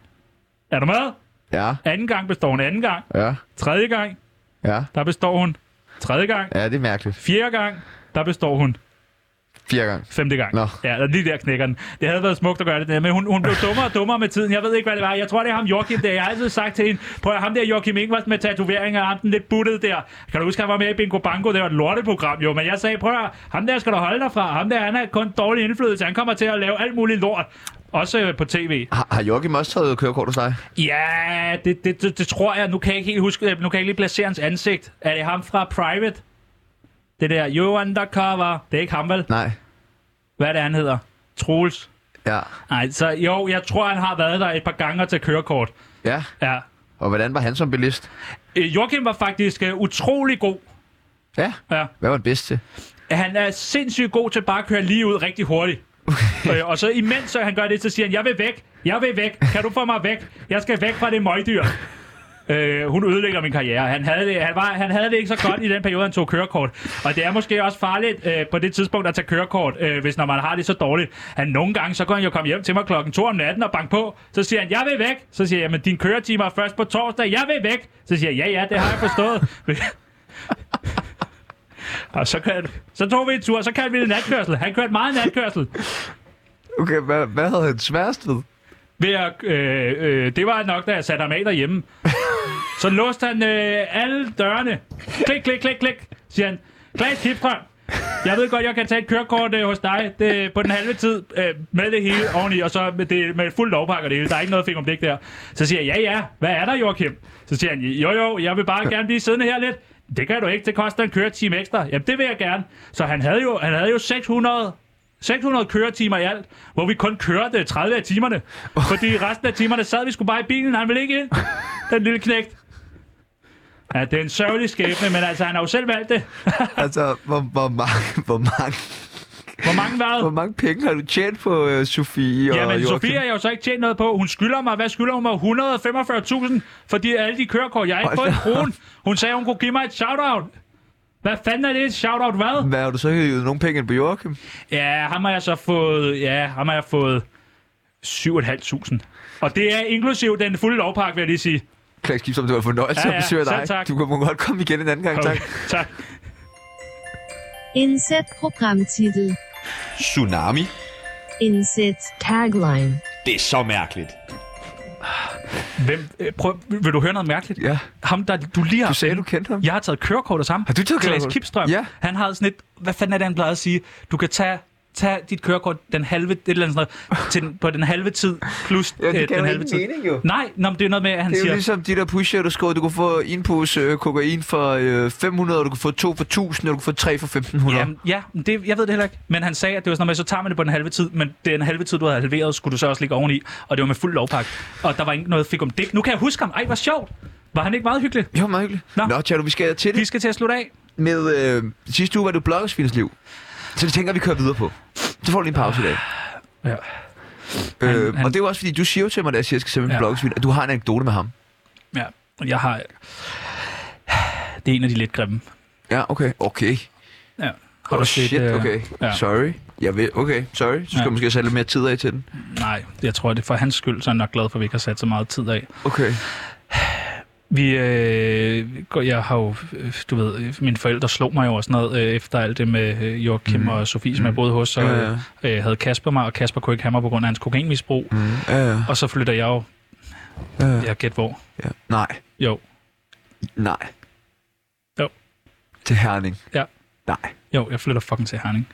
S1: Er du med?
S2: Ja.
S1: Anden gang består hun anden gang.
S2: Ja.
S1: Tredje gang,
S2: Ja.
S1: der består hun. Tredje gang.
S2: Ja, det er mærkeligt.
S1: Fjerde gang, der består hun.
S2: Fire gange.
S1: Femte gang.
S2: Nå.
S1: Ja, der lige der knækker den. Det havde været smukt at gøre det der, men hun, hun blev dummere og dummere med tiden. Jeg ved ikke, hvad det var. Jeg tror, det er ham Joachim der. Jeg har altid sagt til hende, prøv at høre, ham der Joachim Ingvarsen med tatoveringer, ham den lidt buttede der. Kan du huske, han var med i Bingo Bango? Det var et lorteprogram jo, men jeg sagde, prøv at høre, ham der skal du holde dig fra. Ham der, han har kun dårlig indflydelse. Han kommer til at lave alt muligt lort. Også øh, på tv.
S2: Har, har Joachim også taget kørekort hos dig?
S1: Ja, det, det, det, det tror jeg. Nu kan jeg ikke helt huske, øh, nu kan jeg ikke lige placere hans ansigt. Er det ham fra Private? Det der, you undercover. Det er ikke ham, vel?
S2: Nej.
S1: Hvad er det, han hedder? Troels?
S2: Ja.
S1: Nej, så jo, jeg tror, han har været der et par gange til kørekort.
S2: Ja.
S1: Ja.
S2: Og hvordan var han som bilist?
S1: Øh, Joachim var faktisk øh, utrolig god.
S2: Ja.
S1: Ja.
S2: Hvad var han bedst til?
S1: Han er sindssygt god til bare at køre lige ud rigtig hurtigt. øh, og så imens så han gør det, så siger han, jeg vil væk, jeg vil væk, kan du få mig væk? Jeg skal væk fra det møgdyr. Øh, hun ødelægger min karriere. Han havde, det, han, var, han havde det ikke så godt i den periode, han tog kørekort. Og det er måske også farligt øh, på det tidspunkt at tage kørekort, øh, hvis når man har det så dårligt. Han nogle gange, så går han jo komme hjem til mig klokken 2 om natten og banke på. Så siger han, jeg vil væk. Så siger jeg, men din køretime er først på torsdag. Jeg vil væk. Så siger jeg, ja, ja, det har jeg forstået. og så, kørte, så tog vi en tur, så kaldte vi det natkørsel. Han kørte meget natkørsel.
S2: Okay, hvad, hvad havde han sværest ved?
S1: ved at, øh, øh, det var nok, da jeg satte ham af derhjemme. så låste han øh, alle dørene. Klik, klik, klik, klik, siger han. Klaas Kipstrøm, jeg ved godt, jeg kan tage et kørekort øh, hos dig det, på den halve tid øh, med det hele oveni, og så med, det, med fuld lovpakke og det hele. Der er ikke noget fik om det der. Så siger jeg, ja, ja, hvad er der, Joachim? Så siger han, jo, jo, jeg vil bare gerne blive siddende her lidt. Det kan du ikke, det koster en køretime ekstra. Jamen, det vil jeg gerne. Så han havde jo, han havde jo 600 600 køretimer i alt, hvor vi kun kørte 30 af timerne. Fordi resten af timerne sad vi skulle bare i bilen, han ville ikke ind. Den lille knægt. Ja, det er en sørgelig skæbne, men altså, han har jo selv valgt det.
S2: Altså, hvor, hvor, mange, hvor, mange,
S1: Hvor mange
S2: hvor
S1: været?
S2: mange penge har du tjent på øh, Sofie og
S1: Ja, men
S2: Joachim?
S1: Sofie har jeg jo så ikke tjent noget på. Hun skylder mig, hvad skylder hun mig? 145.000, fordi alle de kørekort, jeg har ikke
S2: Hold
S1: fået en
S2: da op.
S1: krone. Hun sagde, hun kunne give mig et shout-out. Hvad fanden er det? Et shout-out hvad?
S2: Hvad har du så hævet nogle penge ind på Joachim?
S1: Ja, ham har jeg så fået... Ja, ham har jeg fået... 7.500. Og det er inklusiv den fulde lovpakke, vil jeg lige sige.
S2: Klaas Gibson, det var en fornøjelse
S1: Ja,
S2: ja,
S1: ja,
S2: at besøge
S1: selv
S2: dig.
S1: tak.
S2: Du må godt komme igen en anden gang, tak.
S1: tak.
S3: Inset programtitel.
S9: Tsunami.
S3: Inset tagline.
S9: Det er så mærkeligt.
S1: Hvem, øh, prøv, vil du høre noget mærkeligt?
S2: Ja.
S1: Ham, der du lige har...
S2: Du sagde, du kendte ham.
S1: Jeg har taget kørekortet sammen.
S2: Har du taget
S1: Klaas
S2: kørekort?
S1: Kipstrøm.
S2: Ja.
S1: Han havde sådan et... Hvad fanden er det, han plejede at sige? Du kan tage, tage dit kørekort den halve, et eller andet sådan noget, til, den- på den halve tid plus
S2: Ja,
S1: øh,
S2: det giver
S1: den
S2: jo
S1: halve
S2: ingen
S1: tid.
S2: mening, jo.
S1: Nej, nå, men det er noget med, at han
S2: Det er jo
S1: siger...
S2: ligesom de der pusher, du skrev, du kunne få en pose øh, kokain for øh, 500, og du kunne få to for 1000, og du kunne få tre for 1500.
S1: Jamen, ja, men det, jeg ved det heller ikke. Men han sagde, at det var sådan noget med, så tager man det på den halve tid, men den halve tid, du havde halveret, skulle du så også ligge oveni, og det var med fuld lovpakke. Og der var ikke noget fik om dæk. Nu kan jeg huske ham. Ej, hvor sjovt. Var han ikke meget hyggelig?
S2: Jo, meget hyggeligt.
S1: Nå.
S2: Nå, Tjerno, vi skal til
S1: Vi
S2: det
S1: skal til at slutte af.
S2: med... Øh, sidste uge var det bloggersvinens liv. Så det tænker jeg, vi kører videre på. Så får du lige en pause i dag.
S1: Ja. Ah, Han-
S2: Øh,
S1: han-
S2: og det er jo også fordi, du siger jo til mig, da jeg siger, at jeg skal sende en
S1: Ja.
S2: bloggersvin, at du har en anekdote med ham.
S1: Ja, og jeg har... Det er en af de lidt grimme.
S2: Ja, okay. Okay.
S1: Ja. Har
S2: Oh, shit,
S1: øh,
S2: okay.
S1: Ja.
S2: Sorry. Jeg ved, okay, sorry. Så skal
S1: Ja.
S2: ja. måske sætte lidt mere tid af til den.
S1: Nej, jeg tror, det er for hans skyld, så er jeg nok glad for, at vi ikke har sat så meget tid af.
S2: Okay.
S1: Vi, øh, går- jeg har jo, øh, du ved, øh, mine forældre slog mig jo og sådan noget, øh, efter alt det med øh, Joachim mm. og Sofie, som jeg boede hos, så
S2: Mhm. Ja,
S1: ja,
S2: ja.
S1: Øh, havde Kasper mig, og Kasper kunne ikke have mig på grund af hans kokainmisbrug. Mm.
S2: Ja, ja,
S1: Og så flytter jeg jo,
S2: Mhm. ja,
S1: jeg gæt hvor,
S2: Øh, ja. Nej,
S1: jo,
S2: nej.
S1: Jo.
S2: Til Herning.
S1: Ja.
S2: Nej.
S1: jo, jeg flytter fucking til Herning.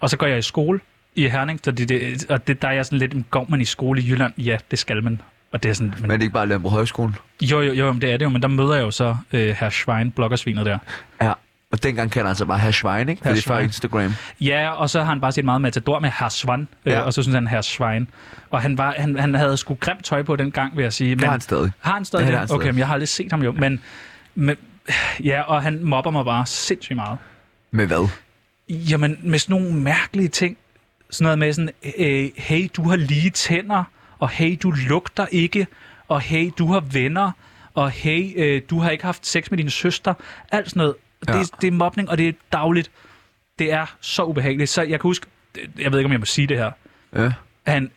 S1: Og så går jeg i skole i Herning, så det, det, og det, der er jeg sådan lidt, "Men går man i skole i Jylland? Ja, det skal man. Og det er sådan, men,
S2: Men det er ikke bare Landbrug Højskolen.
S1: jo, jo, jo, men det er det jo, men der møder jeg jo så øh, herr Schwein, bloggersvinet der.
S2: Ja. Og dengang kan han altså bare have Schwein, ikke? For
S1: Herr
S2: det er fra
S1: Schwein.
S2: Instagram.
S1: Ja, og så har han bare set meget Matador med herr Svan, øh,
S2: Ja.
S1: og så synes han herr Schwein. Og han, var, han, han havde sgu grimt tøj på dengang, vil jeg sige.
S2: Det har han stadig.
S1: Har han stadig
S2: Ja,
S1: det?
S2: det har han stadig.
S1: Okay, men jeg har aldrig set ham jo. Men, men, ja, og han mobber mig bare sindssygt meget.
S2: Med hvad?
S1: Jamen, med sådan nogle mærkelige ting. Sådan noget med sådan, øh, hey, du har lige tænder, og hey, du lugter ikke, og hey, du har venner, og hey, øh, du har ikke haft sex med din søster. Alt sådan noget. Ja.
S2: Ja.
S1: Det, det er mobning, og det er dagligt. Det er så ubehageligt. Så jeg kan huske, jeg ved ikke, om jeg må sige det her,
S2: Ja.
S1: at han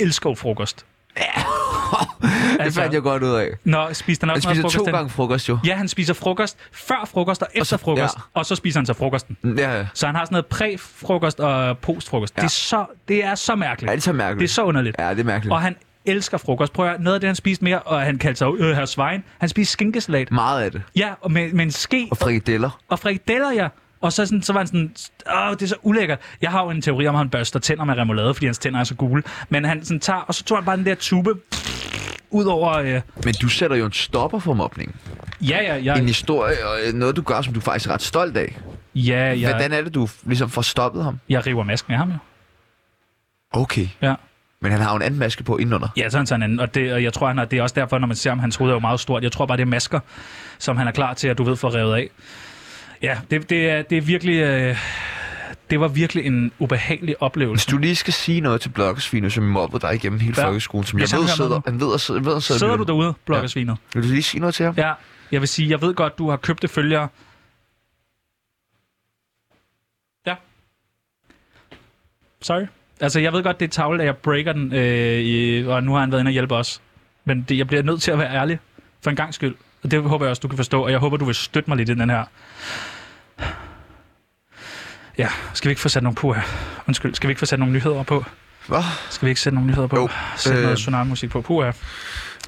S1: elsker jo frokost.
S2: Det
S1: Altså-
S2: altså, fandt jeg godt ud af.
S1: Nå, spiste han
S2: Jeg
S1: også meget
S2: spiser
S1: frokost?
S2: to
S1: den-
S2: gange frokost, jo.
S1: Ja, han spiser frokost før frokost og efter og så,
S2: så-
S1: frokost, ja.
S2: ja.
S1: og så spiser han så frokosten.
S2: Ja, ja.
S1: Så han har sådan noget præfrokost og postfrokost. Ja. Det, er så, det er så mærkeligt.
S2: Er det så mærkeligt?
S1: Det er så underligt.
S2: Ja, det er mærkeligt.
S1: Og han elsker frokost. Prøv at høre, noget af det, han spiste mere, og han kaldte sig jo, øh, herr Svein, han spiste skinkesalat.
S2: Meget af det.
S1: Ja, og med, med en ske
S2: Mm. Og frikadeller.
S1: og frikadeller, ja. Og så, sådan, så var han sådan, åh, det er så ulækkert. Jeg har jo en teori om, at han børster tænder med remoulade, fordi hans tænder er så gule. Men han sådan tager, og så tog han bare den der tube ud over... Øh,
S2: Men du sætter jo en stopper for mobningen.
S1: ja, ja,
S2: En
S1: ja,
S2: historie og øh, noget, du gør, som du faktisk er ret stolt af.
S1: ja, ja,
S2: Hvordan er det, du f- ligesom får stoppet ham?
S1: jeg river masken af ham, jo.
S2: Okay.
S1: Ja.
S2: Men han har jo en anden maske på indenunder.
S1: Ja, sådan sådan anden. Og, det, og jeg tror, han er, det er også derfor, når man ser ham, hans hoved er jo meget stort. Jeg tror bare, det er masker, som han er klar til, at du ved, får revet af. Ja, det, det, er, det er virkelig... Øh, det var virkelig en ubehagelig
S2: Hvis
S1: oplevelse.
S2: du lige skal sige noget til Blokkesvine, som mobbede dig igennem hele
S1: Ja.
S2: ja. folkeskolen, som
S1: Jeg
S2: jeg,
S1: kan
S2: ved
S1: høre
S2: sidder,
S1: noget
S2: han ved, at sidde, ved at sidde,
S1: Sidder
S2: med
S1: du
S2: den.
S1: derude, blokkesvinet?
S2: Vil du lige sige noget til ham?
S1: Ja. ja. Jeg vil sige, jeg ved godt, du har købte følgere. Ja. Sorry. Altså, jeg ved godt, det er tavlet, at jeg breaker den, øh, i, og nu har han været inde og hjælpe os. Men det, jeg bliver nødt til at være ærlig, for en gang skyld. Og det håber jeg også, du kan forstå, og jeg håber, du vil støtte mig lidt i den her. Ja, skal vi ikke få sat nogle på her? Undskyld, skal vi ikke få sat nogle nyheder på?
S2: Hvad?
S1: Skal vi ikke sætte nogle nyheder på?
S2: Jo,
S1: Sæt øh... noget
S2: øh.
S1: tsunami-musik på. Puha.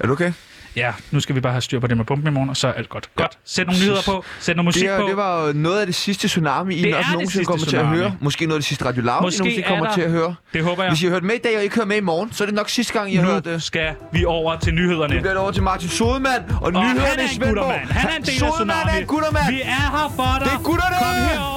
S2: Er du okay?
S1: Ja, nu skal vi bare have styr på det med bomben i morgen, og så er alt godt. Godt. Sæt nogle nyheder på. Sæt noget musik
S2: Det, er,
S1: på.
S2: det var jo noget af det sidste tsunami, I
S1: Det er
S2: nok
S1: det
S2: nogensinde
S1: sidste
S2: kommer til at
S1: tsunami.
S2: høre. Måske noget af det sidste Radio Loud,
S1: Måske
S2: I nogensinde
S1: er
S2: kommer
S1: der-
S2: til at høre.
S1: Det håber jeg.
S2: Hvis I har hørt med i dag, og ikke hører med i morgen, så er det nok sidste gang, I har
S1: nu
S2: hørt det.
S1: skal vi over til nyhederne.
S2: Nu bliver det over til Martin Sodemann og,
S1: Og han
S2: nyhederne
S1: er
S2: i
S1: en
S2: Svendborg.
S1: guttermand. Han er en del af
S2: Sodemann
S1: Tsunami.
S2: er en guttermand.
S1: Vi er her for dig.
S2: Det er gutterne!
S1: Kom herover.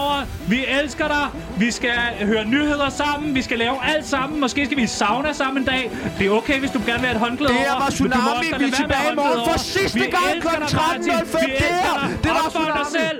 S1: Vi elsker dig. Vi skal høre nyheder sammen. Vi skal lave alt sammen. Måske skal vi i sauna sammen en dag. Det er okay, hvis du gerne vil have et håndklæde
S2: Det her
S1: over,
S2: var
S1: men du må
S2: Tsunami.
S1: også lade være med at
S2: Vi er tilbage i
S1: have
S2: morgen
S1: håndklæde
S2: for
S1: over.
S2: sidste
S1: Vi
S2: gang
S1: elsker
S2: kl.
S1: dig, Martin.
S2: 13.05.
S1: Vi
S2: Det her,
S1: elsker dig.
S2: det var
S1: Opfør dig
S2: Tsunami.
S1: selv.